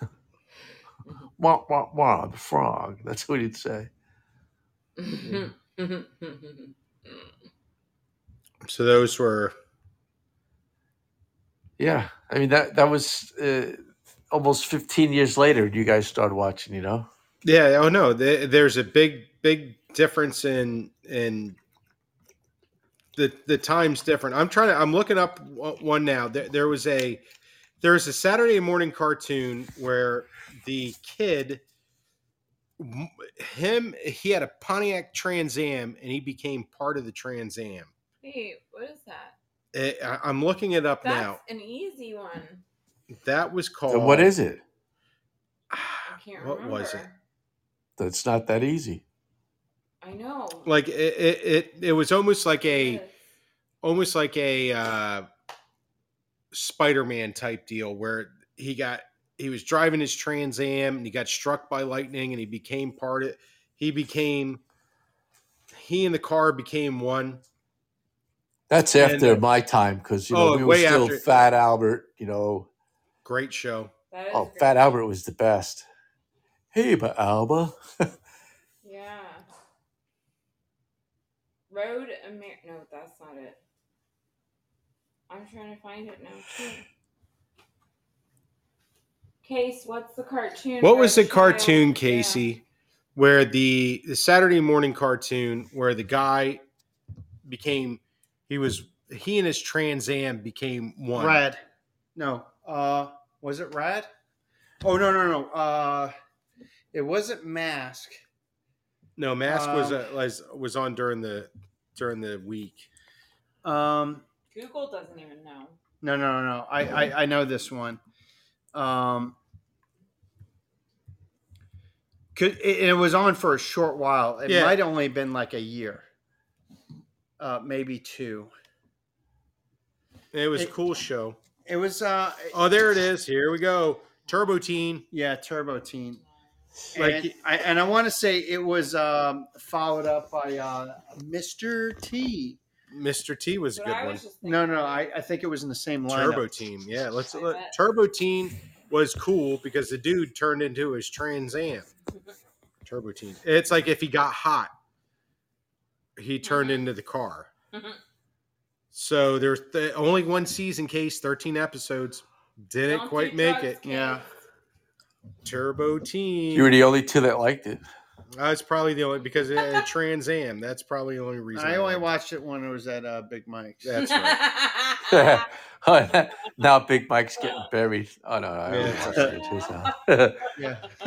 Mhm.
Wah wah wah! The frog. That's what he'd say.
<laughs>
So those were
Yeah, I mean that that was uh, almost 15 years later. You guys started watching, you know.
yeah. Oh no, the- there's a big big difference in in the the times different. I'm trying to. I'm looking up o- one now. There, there was a there was a Saturday morning cartoon where the kid m- him he had a Pontiac Trans Am and he became part of the Trans Am.
Wait, what is that?
Eh, I, I'm looking it up now.
That's an easy one.
That was
So
called
what is it?
I can't
what
remember.
was it?
That's not that easy.
I know.
Like it, it, it, it was almost like a
Yes.
almost like a uh, Spider-Man type deal where he got he was driving his Trans Am and he got struck by lightning and he became part of he became he and the car became one.
That's
And-
after my time because you know
Oh,
we were
way
still
after-
Fat Albert. You know,
Great show.
That is
<laughs>
oh,
great.
Fat Albert was the best. Hey, but Alba,
Yeah. Road Amer. No, that's not it. I'm trying to find it now too. Case, what's the cartoon?
What
for
was
a
the
child?
cartoon,
Yeah.
Casey, where the the Saturday morning cartoon where the guy became he was he and his Trans Am became one.
Red. No. Uh, was it red? Oh no no no. Uh, it wasn't mask.
No, Mask was
Um,
uh, was was on during the during the week.
Um,
Google doesn't even know.
no no no no. I I, I know this one. Um, could it, it was on for a short while. It
Yeah.
might only been like a year. Uh, maybe two.
It was a
It-
cool show.
It was uh,
Oh, there it is. Here we go. Turbo Teen.
yeah, Turbo Teen.
Like-
and I, and I want to say it was um, followed up by uh, Mr. T.
Mr. T was a
But
good
I
one.
was just thinking
No, no,
about
I,
it.
I think it was in the same lineup.
Turbo Teen. Yeah, let's
I
let,
bet.
Turbo Teen was cool because the dude turned into his Trans Am. Turbo Teen. It's like if he got hot, he turned into the car.
Mm-hmm.
So there's th- only one season case, 13 episodes. Didn't
Don't
quite
do
make
drugs,
it.
Case.
yeah.
Turbo Teen.
you were the only two that
<laughs>
liked it. <laughs>
That's probably the only because it had Trans Am. That's probably the only reason.
I only
liked it.
watched it when it was at uh, Big Mike's.
That's right.
now Big Mike's getting buried. Oh no, no I only
Yeah.
watched it
<laughs>
too, so.
Yeah.
<laughs>
<laughs>
<laughs>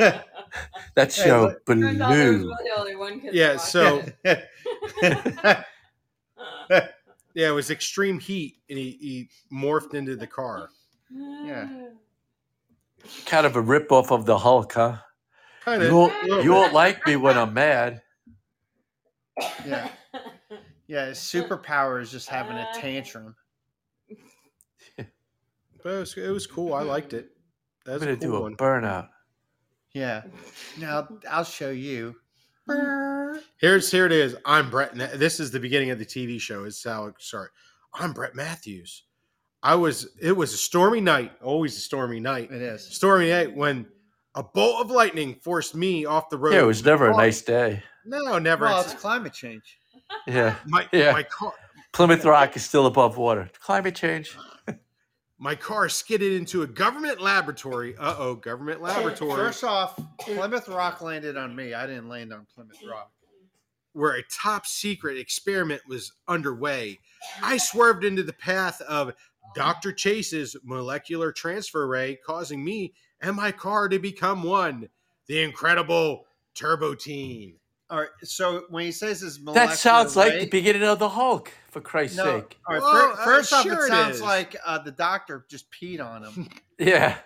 that
Hey,
show
look.
Turns out there was
blew.
really only one kid that
Yeah,
watched
<laughs>
so-
<laughs> it.
Yeah, it was extreme heat, and he, he morphed into the car.
Yeah.
Kind of a ripoff of the Hulk, huh?
Kind
You
of.
won't, you won't like me when I'm mad.
<laughs>
yeah. Yeah. His superpower is just having a tantrum.
But it was, it was cool. I liked it. That
I'm
was
gonna
a cool
do a
one.
burnout.
Yeah.
<laughs>
Now I'll show you.
Here's here it is. I'm Brett. Na- This is the beginning of the TV show. It's how it started. I'm Brett Matthews. I was. It was a stormy night. Always a stormy night.
It is.
Stormy night when a bolt of lightning forced me off the road.
Yeah, it was never a nice day.
No, never.
Well,
It's-
it's climate change.
Yeah,
my
yeah.
my car
Plymouth Rock is still above water. Climate change.
my car skidded into a government laboratory. Uh oh, government laboratory. <laughs>
First off, Plymouth Rock landed on me. I didn't land on Plymouth Rock.
where a top secret experiment was underway. I swerved into the path of Dr. Chase's molecular transfer ray, causing me and my car to become one. The incredible Turbo Team.
All right. So when he says his molecular
That sounds like
weight-
the beginning of the Hulk. For Christ's
No.
sake.
All right,
Well,
fir-
uh,
first off,
sure
it
it
sounds
is.
like uh, the doctor just peed on
<laughs>
him.
Yeah,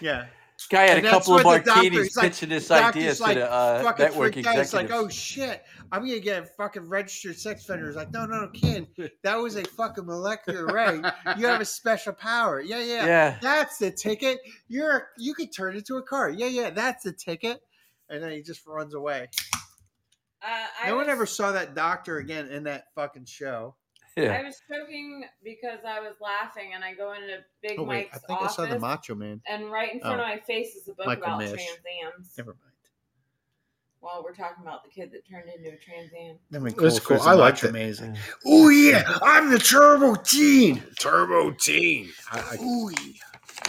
yeah.
guy had
And
a
that's
couple of
what the doctor-
martinis
he's like-
pitching this
doctor's
idea to
like,
the uh,
fucking
network
freaked out. It's
executives.
like, oh shit, I'm gonna get fucking registered sex offender. It's like, no, no, no,
<laughs>
Ken, that was a fucking molecular ray. You have a special power. Yeah, yeah,
yeah.
That's the ticket. You're you could turn into a car. Yeah, yeah, that's the ticket. And then he just runs away.
Uh, I
no one
was-
ever saw that doctor again in that fucking show.
I
yeah.
was choking because I was laughing, and I go into Big
Oh wait,
Mike's
I think
office,
I saw the Macho Man.
and right in front
Oh.
of my face is a book
Michael
about
Mish.
Trans Ams.
Never mind.
Well, we're talking about the kid that turned into a Trans
<laughs>
Am.
Then we
That's cool. I liked it.
Amazing.
Yeah.
Oh yeah, I'm the Turbo Teen.
Turbo Team. I, I,
Ooh,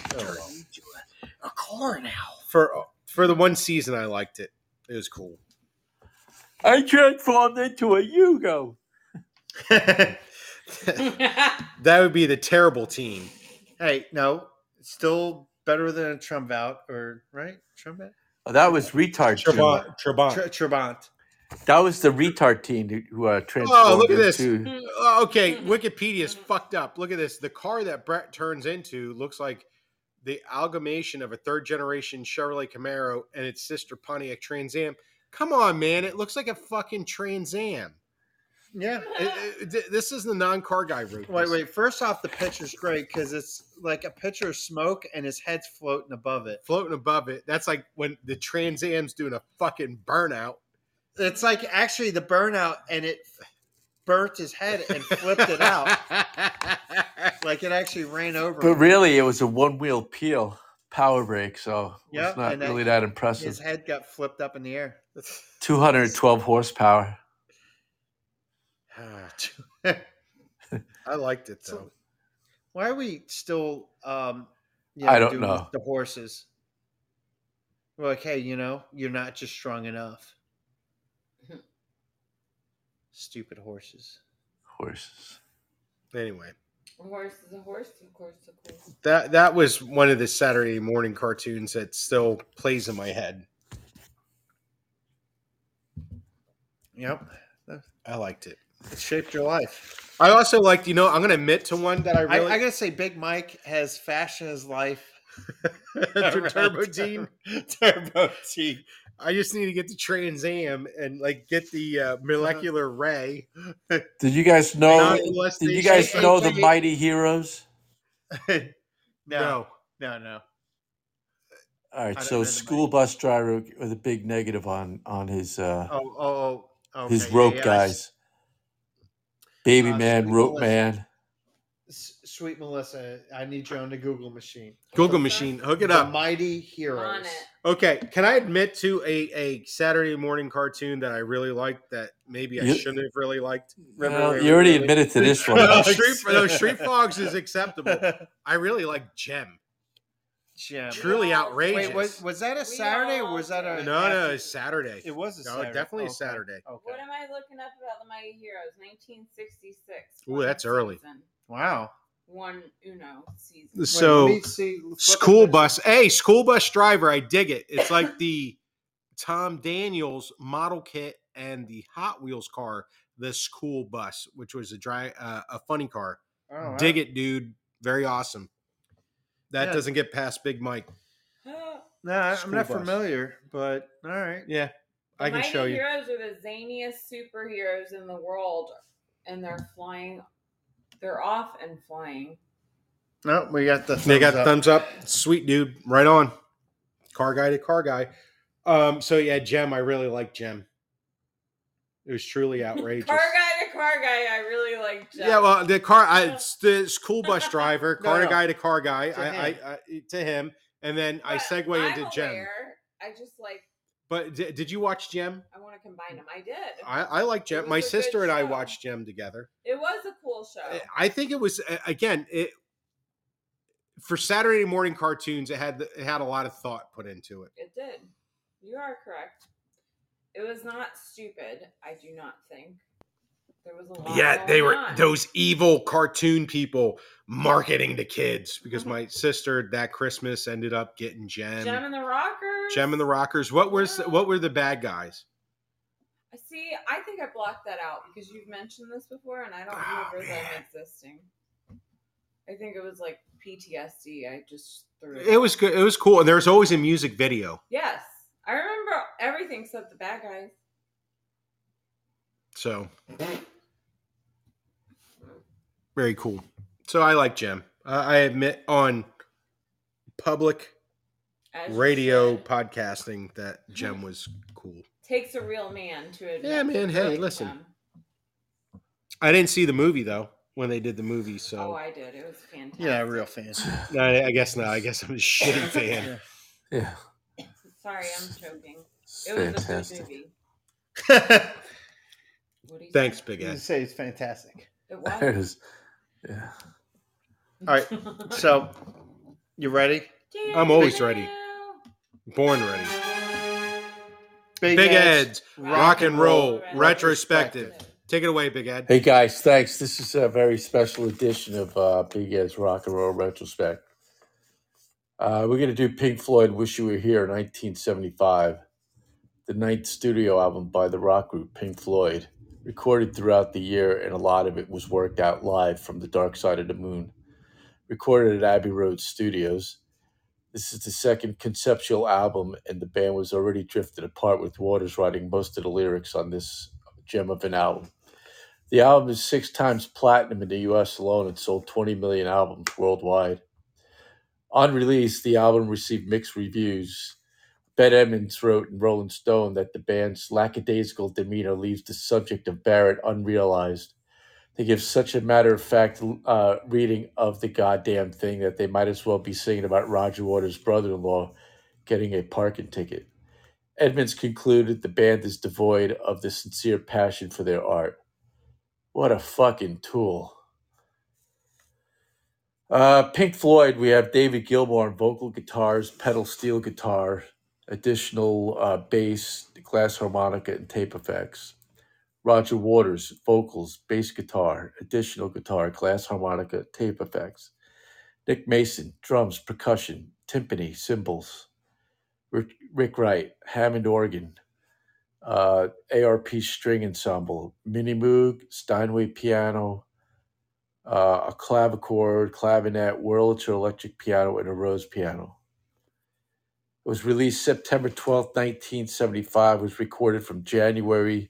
turn into a, a car now.
for for the one season, I liked it. It was cool. <laughs>
I transformed into a Yugo.
that would be the terrible team.
Hey, no, still better than a Trumbout or right? Trumbet?
Oh, that was retard. team.
Trabant. Trabant.
Tr- Trabant.
That was the retard team who- who
Oh,
uh, transformed
look at this.
into.
Oh, okay, Wikipedia's fucked up. Look at this. The car that Brett turns into looks like the amalgamation of a third generation Chevrolet Camaro and its sister Pontiac Trans Am. Come on, man. It looks like a fucking Trans Am.
Yeah.
It- it- th- this is the non car guy route.
Wait, wait. First off, the picture's great because it's like a picture of smoke and his head's floating above it.
Floating above it. That's like when the Trans Am's doing a fucking burnout.
It's like actually the burnout and it burnt his head and flipped it out. Like it actually ran over.
But
him.
really, it was a one wheel peel power brake, so
Yeah,
it's not
and that-
really that
his
impressive.
head got flipped up in the air. <laughs>
212 horsepower.
<laughs> <sighs> I liked it though.
Why are we still? Um, you
I don't
doing
know.
the horses. We're like, hey, you know, you're not just strong enough. Stupid horses.
Horses.
Anyway.
A horse is a horse, of course, of course.
That that was one of the Saturday morning cartoons that still plays in my head.
Yep,
I liked it.
it shaped your life.
I also liked, you know, I'm gonna admit to one that I
I,
really
I gotta say, Big Mike has fashioned his life.
<laughs>
<laughs>
Tur- Turbo
around
Team.
<laughs> Turbo Team.
I just need to get the Trans Am and like get the uh, molecular ray.
Did you guys know?
Not unless
Did
they
you guys
change-
know the
AKA
Mighty Heroes?
<laughs> no, no,
No.
no, no.
All right,
don't
so
know the
school bus driver with a big negative on on his uh,
Oh, oh, oh.
his
okay, yeah,
rope
yeah, I s-
guys. Baby
Uh,
man,
Sweet
rope
Melissa.
man.
S- Sweet Melissa, I need you on the Google machine.
Google machine, hook it
the
up.
Mighty
On
Heroes.
it.
Okay, can I admit to a, a Saturday morning cartoon that I really liked that maybe I
You-
shouldn't have really liked?
Well, you already
<laughs>
admitted to this
<laughs>
one.
No,
Fox.
Street, no, Street Fogs is acceptable. I really like Gem.
<laughs> Gem.
Truly
Wait,
outrageous.
Wait, was, was that a
We
Saturday or
all
was that a.
did.
No, no,
after-
it's Saturday.
It was a
No,
Saturday.
definitely a
Okay,
Saturday.
Okay.
What am I looking up about the Mighty Heroes? 1966.
Ooh,
one
that's early.
season.
Wow.
One Uno season. <gasps>
Wait,
Wait,
So
let me see- flip it
school
this-
bus, hey, school bus driver, I dig it. It's like the Tom Daniels model kit and the Hot Wheels car, the school bus, which was a dry, uh, a funny car.
Oh, wow.
Dig it, dude. Very awesome. That
Yeah.
doesn't get past Big Mike.
No, I- I'm
School
not
bus.
familiar, but all right.
Yeah, I
The
can show
Mighty
you.
Heroes are the zaniest superheroes in the world, and they're flying. They're off and flying.
No, we got the.
They got
thumbs up.
thumbs up. Sweet dude. Right on. Car guy to car guy. Um, so yeah, Gem, I really like Gem. It was truly outrageous.
<laughs> Car guy to car guy, I really like Jeff.
Yeah, well, the car, I, it's the
<laughs>
school bus driver,
No,
car
no.
guy to car guy,
To
I,
him.
I, I, to him, and then I
But
segue
I'm
into Gem.
aware. I just like
But d- did you watch Gem?
I want to combine them. I did.
I, I like Gem.
was
My
a good
sister and I
show.
watched Gem together.
it was a cool show.
I- I think it was a- again it for Saturday morning cartoons. It had the- it had a lot of thought put into it.
It did. You are correct. It was not stupid. I do not think there was a lot.
Yeah, they
going
were
on.
those evil cartoon people marketing to kids because my sister that Christmas ended up getting Gem,
Oh. Gem and the Rockers.
Gem and the Rockers. What was
Yeah.
what were the bad guys?
See, I think I blocked that out because you've mentioned this before, and I don't
Oh,
remember
man.
them existing. I think it was like PTSD. I just threw
It was good. It was cool, and there was always a music video.
Yes, I remember everything except the bad guys.
So very cool. So I like Gem. I I admit on public
as you
radio
said.
podcasting that
<laughs>
Gem was cool.
takes a real man to admit.
Yeah, man,
to
hey,
like
listen.
them.
I didn't see the movie though when they did the movie, so
Oh, I did. It was fantastic.
Yeah, real fan.
No, I, I guess not. I guess I'm a
<laughs>
shitty fan.
Yeah.
Sorry, I'm choking.
It's
It was a
<laughs> fantastic.
good movie. What do you
Thanks,
think?
Big
You
Ed.
say it's fantastic.
It
There
<laughs>
it
was.
is. Yeah.
All right, So, you ready?
I'm always ready. Born ready. Big Ed's rock and roll retrospective. Take it away, Big Ed.
Hey guys, thanks. This is a very special edition of uh, Big Ed's Rock and Roll Retrospect. Uh, we're going to do Pink Floyd Wish You Were Here 1975, the ninth studio album by the rock group Pink Floyd, recorded throughout the year, and a lot of it was worked out live from the dark side of the moon. Recorded at Abbey Road Studios. This is the second conceptual album, and the band was already drifted apart with Waters writing most of the lyrics on this gem of an album. The album is six times platinum in the US alone and sold 20 million albums worldwide. On release, the album received mixed reviews. Ben Emmons wrote in Rolling Stone that the band's lackadaisical demeanor leaves the subject of Barrett unrealized. They give such a matter of fact uh, reading of the goddamn thing that they might as well be singing about Roger Waters' brother in law getting a parking ticket. Edmonds concluded the band is devoid of the sincere passion for their art. What a fucking tool. Uh, Pink Floyd, we have David Gilmour on vocal guitars, pedal steel guitar, additional uh, bass, glass harmonica, and tape effects. Roger Waters, vocals, bass guitar, additional guitar, glass harmonica, tape effects. Nick Mason, drums, percussion, timpani, cymbals. Rick, Rick Wright, Hammond organ, uh, ARP string ensemble, Mini Moog, Steinway piano, uh, a clavichord, clavinet, Wurlitzer electric piano, and a Rose piano. It was released September twelfth, 1975, was recorded from January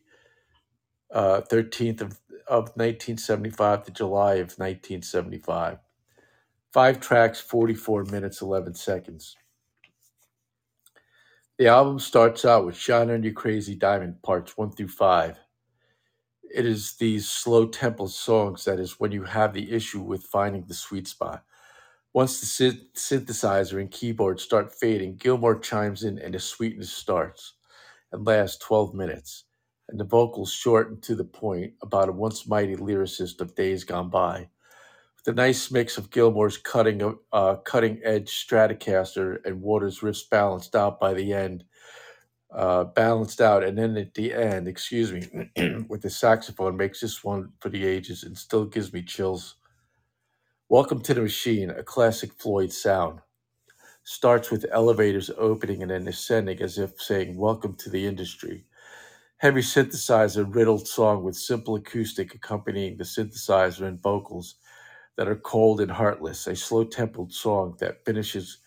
uh, 13th of, of 1975 to July of 1975. Five tracks, 44 minutes, 11 seconds. The album starts out with Shine on Your Crazy Diamond, parts one through five. It is these slow tempo songs that is when you have the issue with finding the sweet spot. Once the syn- synthesizer and keyboard start fading, Gilmore chimes in and the sweetness starts and lasts 12 minutes. And the vocals short and to the point about a once mighty lyricist of days gone by. With a nice mix of Gilmore's cutting uh, cutting edge Stratocaster and Waters' riffs balanced out by the end, uh, balanced out, and then at the end, excuse me, <clears throat> with the saxophone makes this one for the ages and still gives me chills. Welcome to the Machine, a classic Floyd sound. Starts with elevators opening and then ascending as if saying, Welcome to the industry. Heavy synthesizer riddled song with simple acoustic accompanying the synthesizer and vocals that are cold and heartless, a slow tempered song that finishes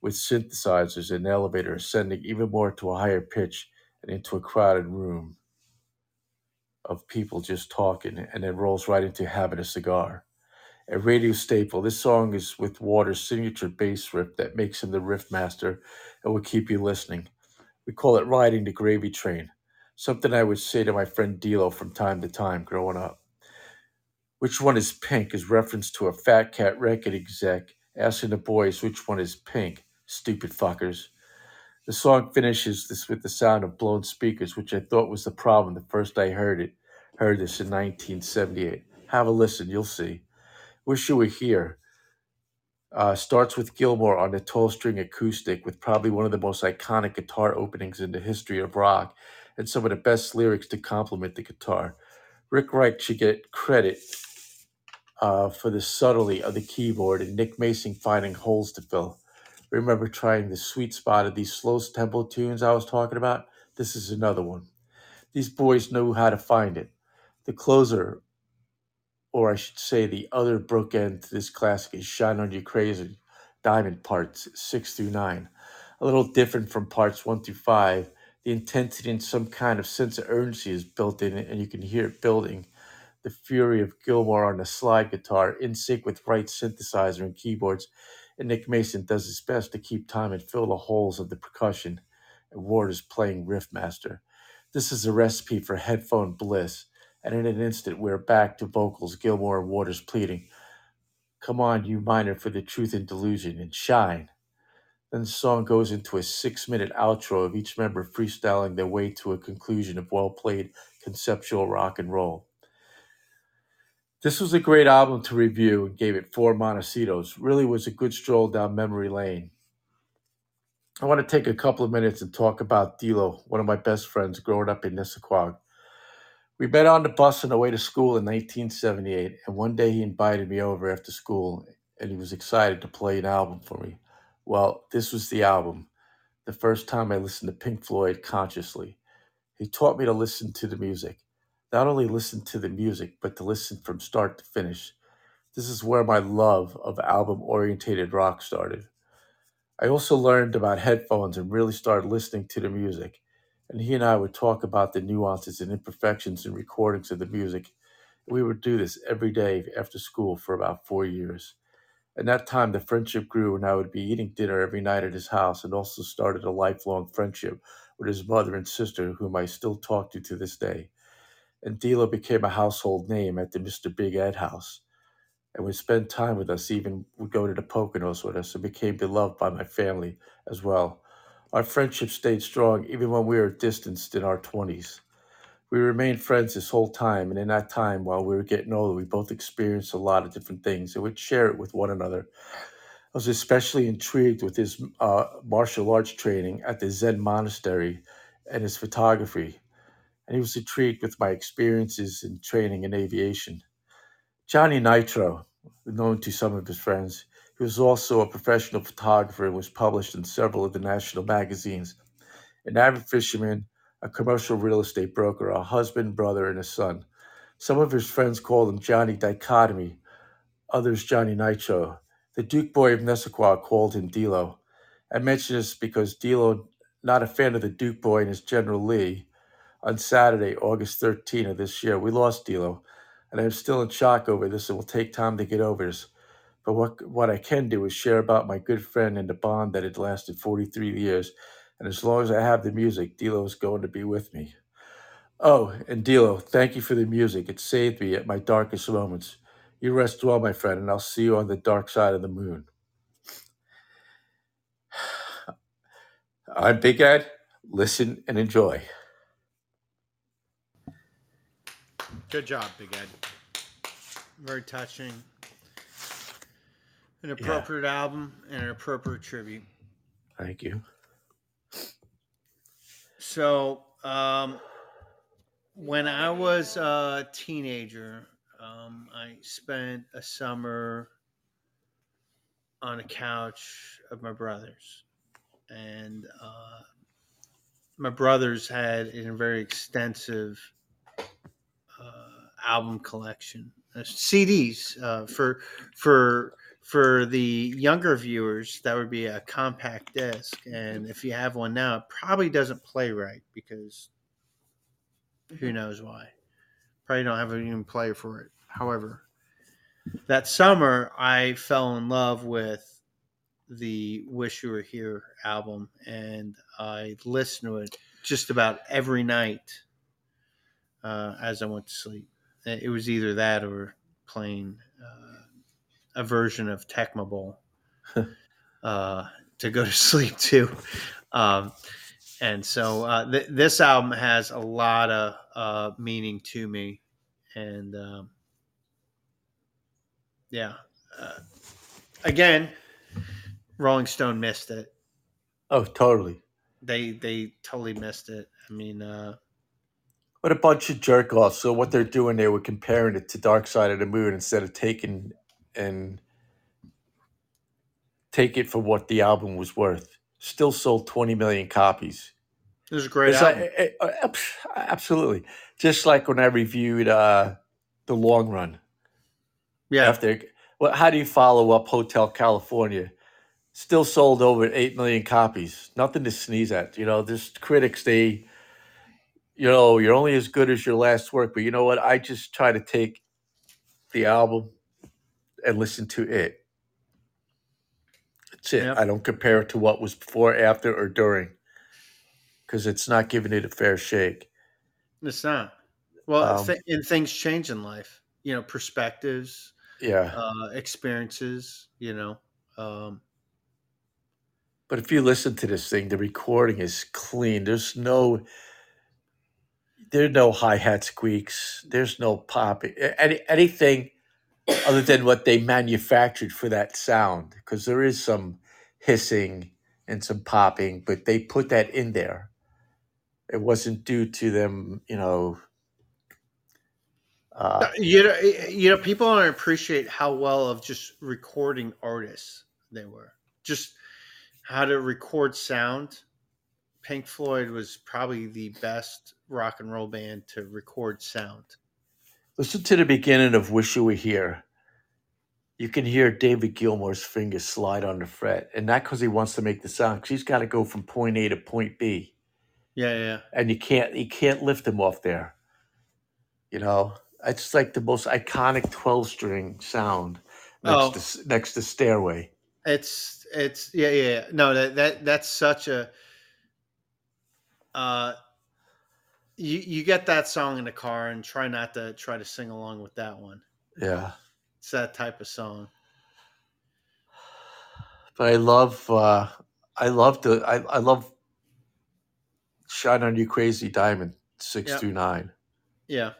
with synthesizers and elevator ascending even more to a higher pitch and into a crowded room of people just talking, and then rolls right into having a cigar. a radio staple. This song is with Waters' signature bass riff that makes him the riff master and will keep you listening. We call it riding the gravy train, something I would say to my friend Dilo from time to time growing up. Which one is pink is reference to a fat cat record exec asking the boys which one is pink, stupid fuckers. The song finishes this with the sound of blown speakers, which I thought was the problem the first I heard it. Heard this in 1978. Have a listen, you'll see. Wish You Were Here uh, starts with Gilmore on the 12 string acoustic, with probably one of the most iconic guitar openings in the history of rock and some of the best lyrics to complement the guitar. Rick Reich should get credit uh, for the subtlety of the keyboard and Nick Mason finding holes to fill. Remember trying the sweet spot of these slow tempo tunes I was talking about? This is another one. These boys knew how to find it. The closer, or I should say, the other brook end to this classic is Shine On You Crazy, Diamond Parts 6 through 9. A little different from parts 1 through 5, the intensity and some kind of sense of urgency is built in it, and you can hear it building the fury of Gilmore on the slide guitar in sync with Wright synthesizer and keyboards, and Nick Mason does his best to keep time and fill the holes of the percussion, and Ward is playing riff master. This is a recipe for headphone bliss, and in an instant we're back to vocals Gilmore and Waters pleading, Come on, you minor, for the truth and delusion, and shine. Then the song goes into a six minute outro of each member freestyling their way to a conclusion of well played conceptual rock and roll. This was a great album to review and gave it four Montecitos. Really was a good stroll down memory lane. I want to take a couple of minutes and talk about Dilo, one of my best friends growing up in Nissaquag. We met on the bus on the way to school in 1978, and one day he invited me over after school and he was excited to play an album for me. Well, this was the album, the first time I listened to Pink Floyd consciously. He taught me to listen to the music. Not only listen to the music, but to listen from start to finish. This is where my love of album orientated rock started. I also learned about headphones and really started listening to the music. And he and I would talk about the nuances and imperfections in recordings of the music. We would do this every day after school for about four years. And that time, the friendship grew, and I would be eating dinner every night at his house and also started a lifelong friendship with his mother and sister, whom I still talk to to this day. And Dila became a household name at the Mr. Big Ed house and would spend time with us, even would go to the Poconos with us, and became beloved by my family as well. Our friendship stayed strong even when we were distanced in our 20s. We remained friends this whole time, and in that time, while we were getting older, we both experienced a lot of different things and would share it with one another. I was especially intrigued with his uh, martial arts training at the Zen monastery and his photography, and he was intrigued with my experiences in training in aviation. Johnny Nitro, known to some of his friends, he was also a professional photographer and was published in several of the national magazines. An avid fisherman, a commercial real estate broker, a husband, brother, and a son. Some of his friends called him Johnny Dichotomy, others Johnny Nitro. The Duke boy of Nessequa called him Dilo. I mention this because Dilo, not a fan of the Duke boy and his General Lee, on Saturday, August 13 of this year, we lost Dilo, and I'm still in shock over this. It will take time to get over this. But what, what I can do is share about my good friend and the bond that had lasted 43 years. And as long as I have the music, Dilo is going to be with me. Oh, and Dilo, thank you for the music. It saved me at my darkest moments. You rest well, my friend, and I'll see you on the dark side of the moon. <sighs> I'm Big Ed. Listen and enjoy.
Good job, Big Ed. Very touching. An
Yeah,
appropriate album and an appropriate tribute.
thank you.
So, um, when I was a teenager, um, I spent a summer on a couch of my brother's, and uh, my brother's had a very extensive uh, album collection, uh, CDs uh, for for for the younger viewers. That would be a compact disc, and if you have one now, it probably doesn't play right because who knows why. Probably don't have a even player for it. However. that summer I fell in love with the Wish You Were Here album and I listened to it just about every night uh, as I went to sleep. It it was either that or playing uh, a version of Tecmo Bowl uh, to go to <laughs> sleep to. Um, and so uh, th- this album has a lot of uh, meaning to me. And um, yeah. Uh, again, Rolling Stone missed it.
Oh, totally.
They they totally missed it. I mean, uh,
What a bunch of jerk offs. So what they're doing, they were comparing it to Dark Side of the Moon instead of taking and take it for what the album was worth. Still sold 20 million copies.
it was a great
it's
album.
like eh, eh, eh, psh, absolutely. Just like when I reviewed uh, the long run
yeah,
after well, how do you follow up Hotel California? Still sold over eight million copies. Nothing to sneeze at. You know, this critics they you know, you're only as good as your last work, but you know what? I just try to take the album and listen to it. That's it.
yep,
I don't compare it to what was before, after, or during, because it's not giving it a fair shake.
it's not. Well,
Um,
th- and things change in life. You know, perspectives,
yeah.
uh, experiences. You know, um,
But if you listen to this thing, the recording is clean. There's no there are no hi hat squeaks. There's no pop. a- Any anything other than what they manufactured for that sound, because there is some hissing and some popping, but they put that in there. It wasn't due to them, you know. Uh,
you know, eh, you know, people don't appreciate how well of just recording artists they were. Just how to record sound. Pink Floyd was probably the best rock and roll band to record sound.
listen to the beginning of "Wish You Were Here." You can hear David Gilmour's fingers slide on the fret, and not because he wants to make the sound. Cause he's got to go from point A to point B,
Yeah, yeah.
and you can't you can't lift him off there. You know, it's like the most iconic twelve string sound next
Oh,
to s- next to Stairway.
it's it's yeah, yeah. yeah. No, that that that's such a uh you you get that song in the car and try not to try to sing along with that one.
Yeah,
It's that type of song.
but I love uh, I love the I, I love "Shine on You Crazy Diamond" six
Yeah.
through nine
Yeah.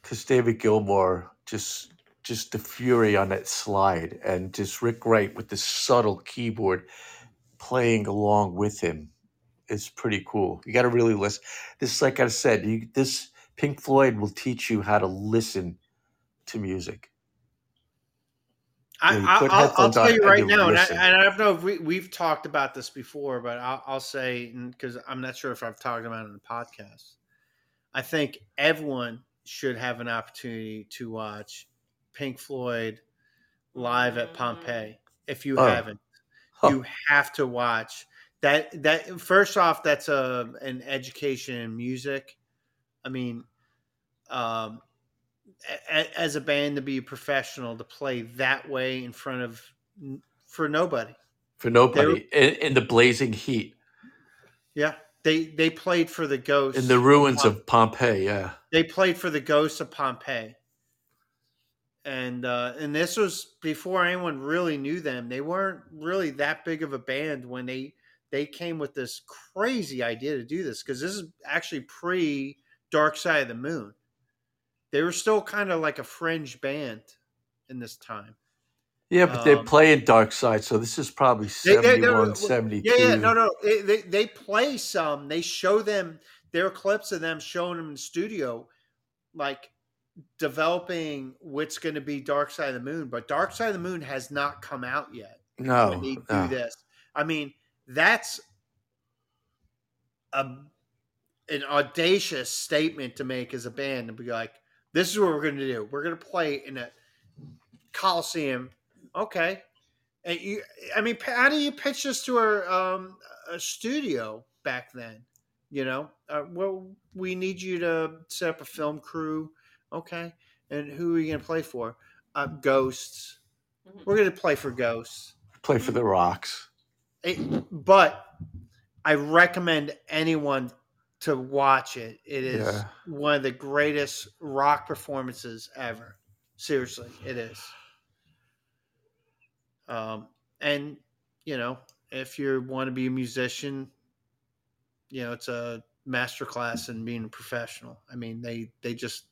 because David Gilmour just just the fury on that slide and just Rick Wright with the subtle keyboard playing along with him. It's pretty cool. You got to really listen. This, like I said, you, this Pink Floyd will teach you how to listen to music.
I,
You know, you
I
put
I'll, I'll
headphones
tell
on
you
and
right
you
now, and I
listen.
and I don't know if we we've talked about this before, but I'll, I'll say because I'm not sure if I've talked about it in the podcast. I think everyone should have an opportunity to watch Pink Floyd live at Pompeii. If you
Oh,
haven't,
huh.
you have to watch that. That first off, that's a an education in music. I mean, um, a- a- as a band to be professional to play that way in front of n- for nobody. They
for
were,
nobody in, in the blazing heat,
yeah, they they played for the
in the
ghosts of
ruins
Pomp-
of Pompeii. Yeah,
they played for the ghosts of Pompeii. and uh, and this was before anyone really knew them. They weren't really that big of a band when they they came with this crazy idea to do this because this is actually pre Dark Side of the Moon. They were still kind of like a fringe band in this time.
yeah, but they're
Um,
playing Dark Side, so this is probably
they, they, they
71,
yeah, yeah, no,
72.
no. They, they, they play some. They show them their clips of them showing them in the studio, like developing what's going to be Dark Side of the Moon, but Dark Side of the Moon has not come out yet when
No,
they do
no,
this. I mean, that's a an audacious statement to make as a band and be like, this is what we're going to do. We're going to play in a coliseum. Okay. And you, I mean, p- how do you pitch this to a, um, a studio back then? You know, uh, well, we need you to set up a film crew. Okay. And who are you going to play for? uh, ghosts.
Mhm.
We're going to play for ghosts.
Play for the Rocks.
It- but I recommend anyone to watch it. It is
Yeah.
one of the greatest rock performances ever. Seriously, it is. Um, and you know, if you want to be a musician, you know, it's a master class in being a professional. I mean, they they just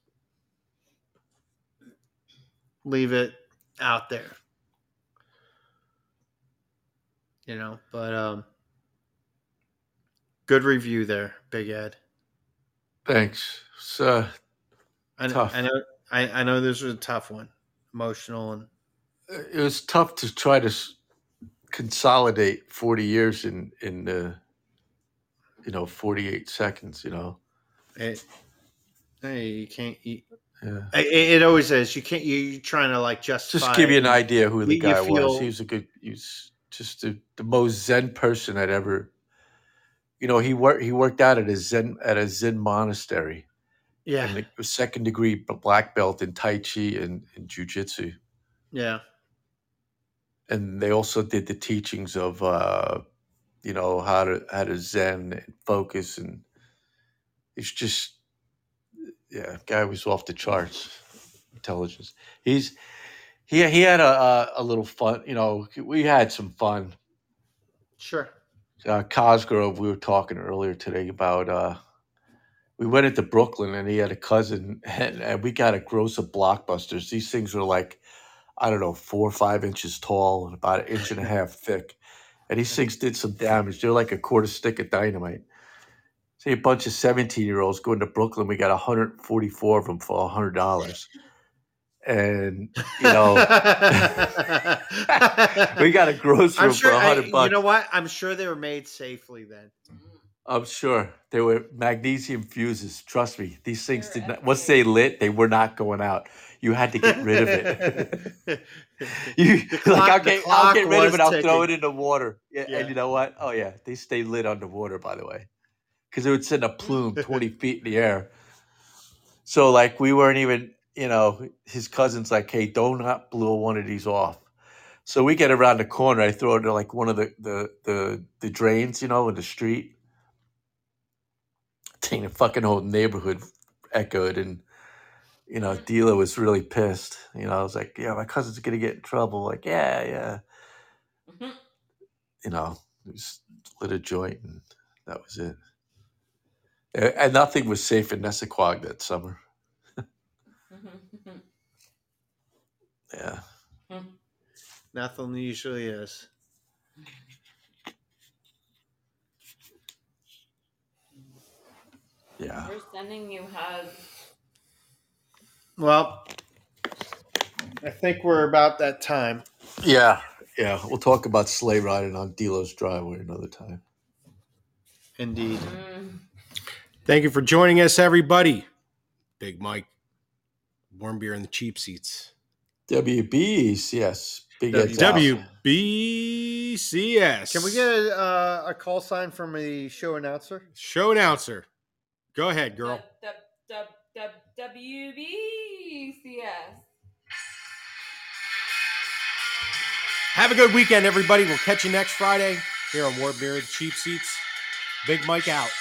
leave it out there. You know, but um good review there, Big Ed.
Thanks. uh, So
I, kn-
Tough.
I know. I, I know this was a tough one, emotional and
it was tough to try to s- consolidate 40 years in in the you know 48 seconds you know
it. Hey, you can't. You,
yeah
it, it always is. You can't. You, you're trying to like justify.
just give you
it.
an idea who the
You- you
guy was
feel-
he was a good he was just the, the most zen person i'd ever you know he worked he worked out at a zen at a zen monastery
Yeah,
and like a second degree b- black belt in tai chi and, and jiu-jitsu
yeah,
and they also did the teachings of uh you know how to how to zen and focus and it's just yeah guy was off the charts intelligence he's he he had a a, a little fun you know we had some fun
sure.
uh, Cosgrove we were talking earlier today about uh we went into Brooklyn and he had a cousin <laughs> and, and we got a gross of blockbusters these things were like I don't know, four or five inches tall and about an inch and a half thick. And these things did some damage. They're like a quarter stick of dynamite. See, a bunch of 17 year olds going to Brooklyn. We got 144 of them for $100. And,
<laughs>
you know, <laughs> we got a grocery
I'm
room
sure.
for
I,
100 bucks.
you know what? I'm sure they were made safely then.
I'm Oh, sure they were magnesium fuses. Trust me, these things
They're
did not, once they lit, they were not going out. You had to get rid
<laughs>
of it. <laughs> You
The
like
clock-
I'll
the
get I'll
clock
get rid of
was
it. I'll throw it
ticking.
in the water. Yeah,
Yeah.
and you know what? Oh yeah, they stay lit underwater, by the way, because it would send a plume twenty feet in the air. So like we weren't even, you know, his cousin's like, hey, don't not blow one of these off. So we get around the corner. I throw it to like one of the the the, the drains, you know, in the street. Dang, the fucking whole neighborhood echoed, and you know, Dila was really pissed. You know, I was like, yeah, my cousin's gonna get in trouble. Like, yeah, yeah. you know, just lit a joint and that was it. A- And nothing was safe in Nessaquag that summer.
Mm-hmm. <laughs>
Yeah.
Nothing usually is.
Yeah.
We're sending you hugs.
Well, I think we're about that time.
Yeah. Yeah. We'll talk about sleigh riding on Delos driveway another time.
Indeed.
Mm.
Thank you for joining us, everybody. Big Mike, warm beer in the cheap seats.
WBs, yes. Big Ed's out.
WBCS.
Can we get a, uh, a call sign from a show announcer?
show announcer? Go ahead, girl.
Dub, dub, dub, dub, WBCS.
Have a good weekend, everybody. We'll catch you next Friday here on Warm Beer and Cheap Seats. Big Mike out.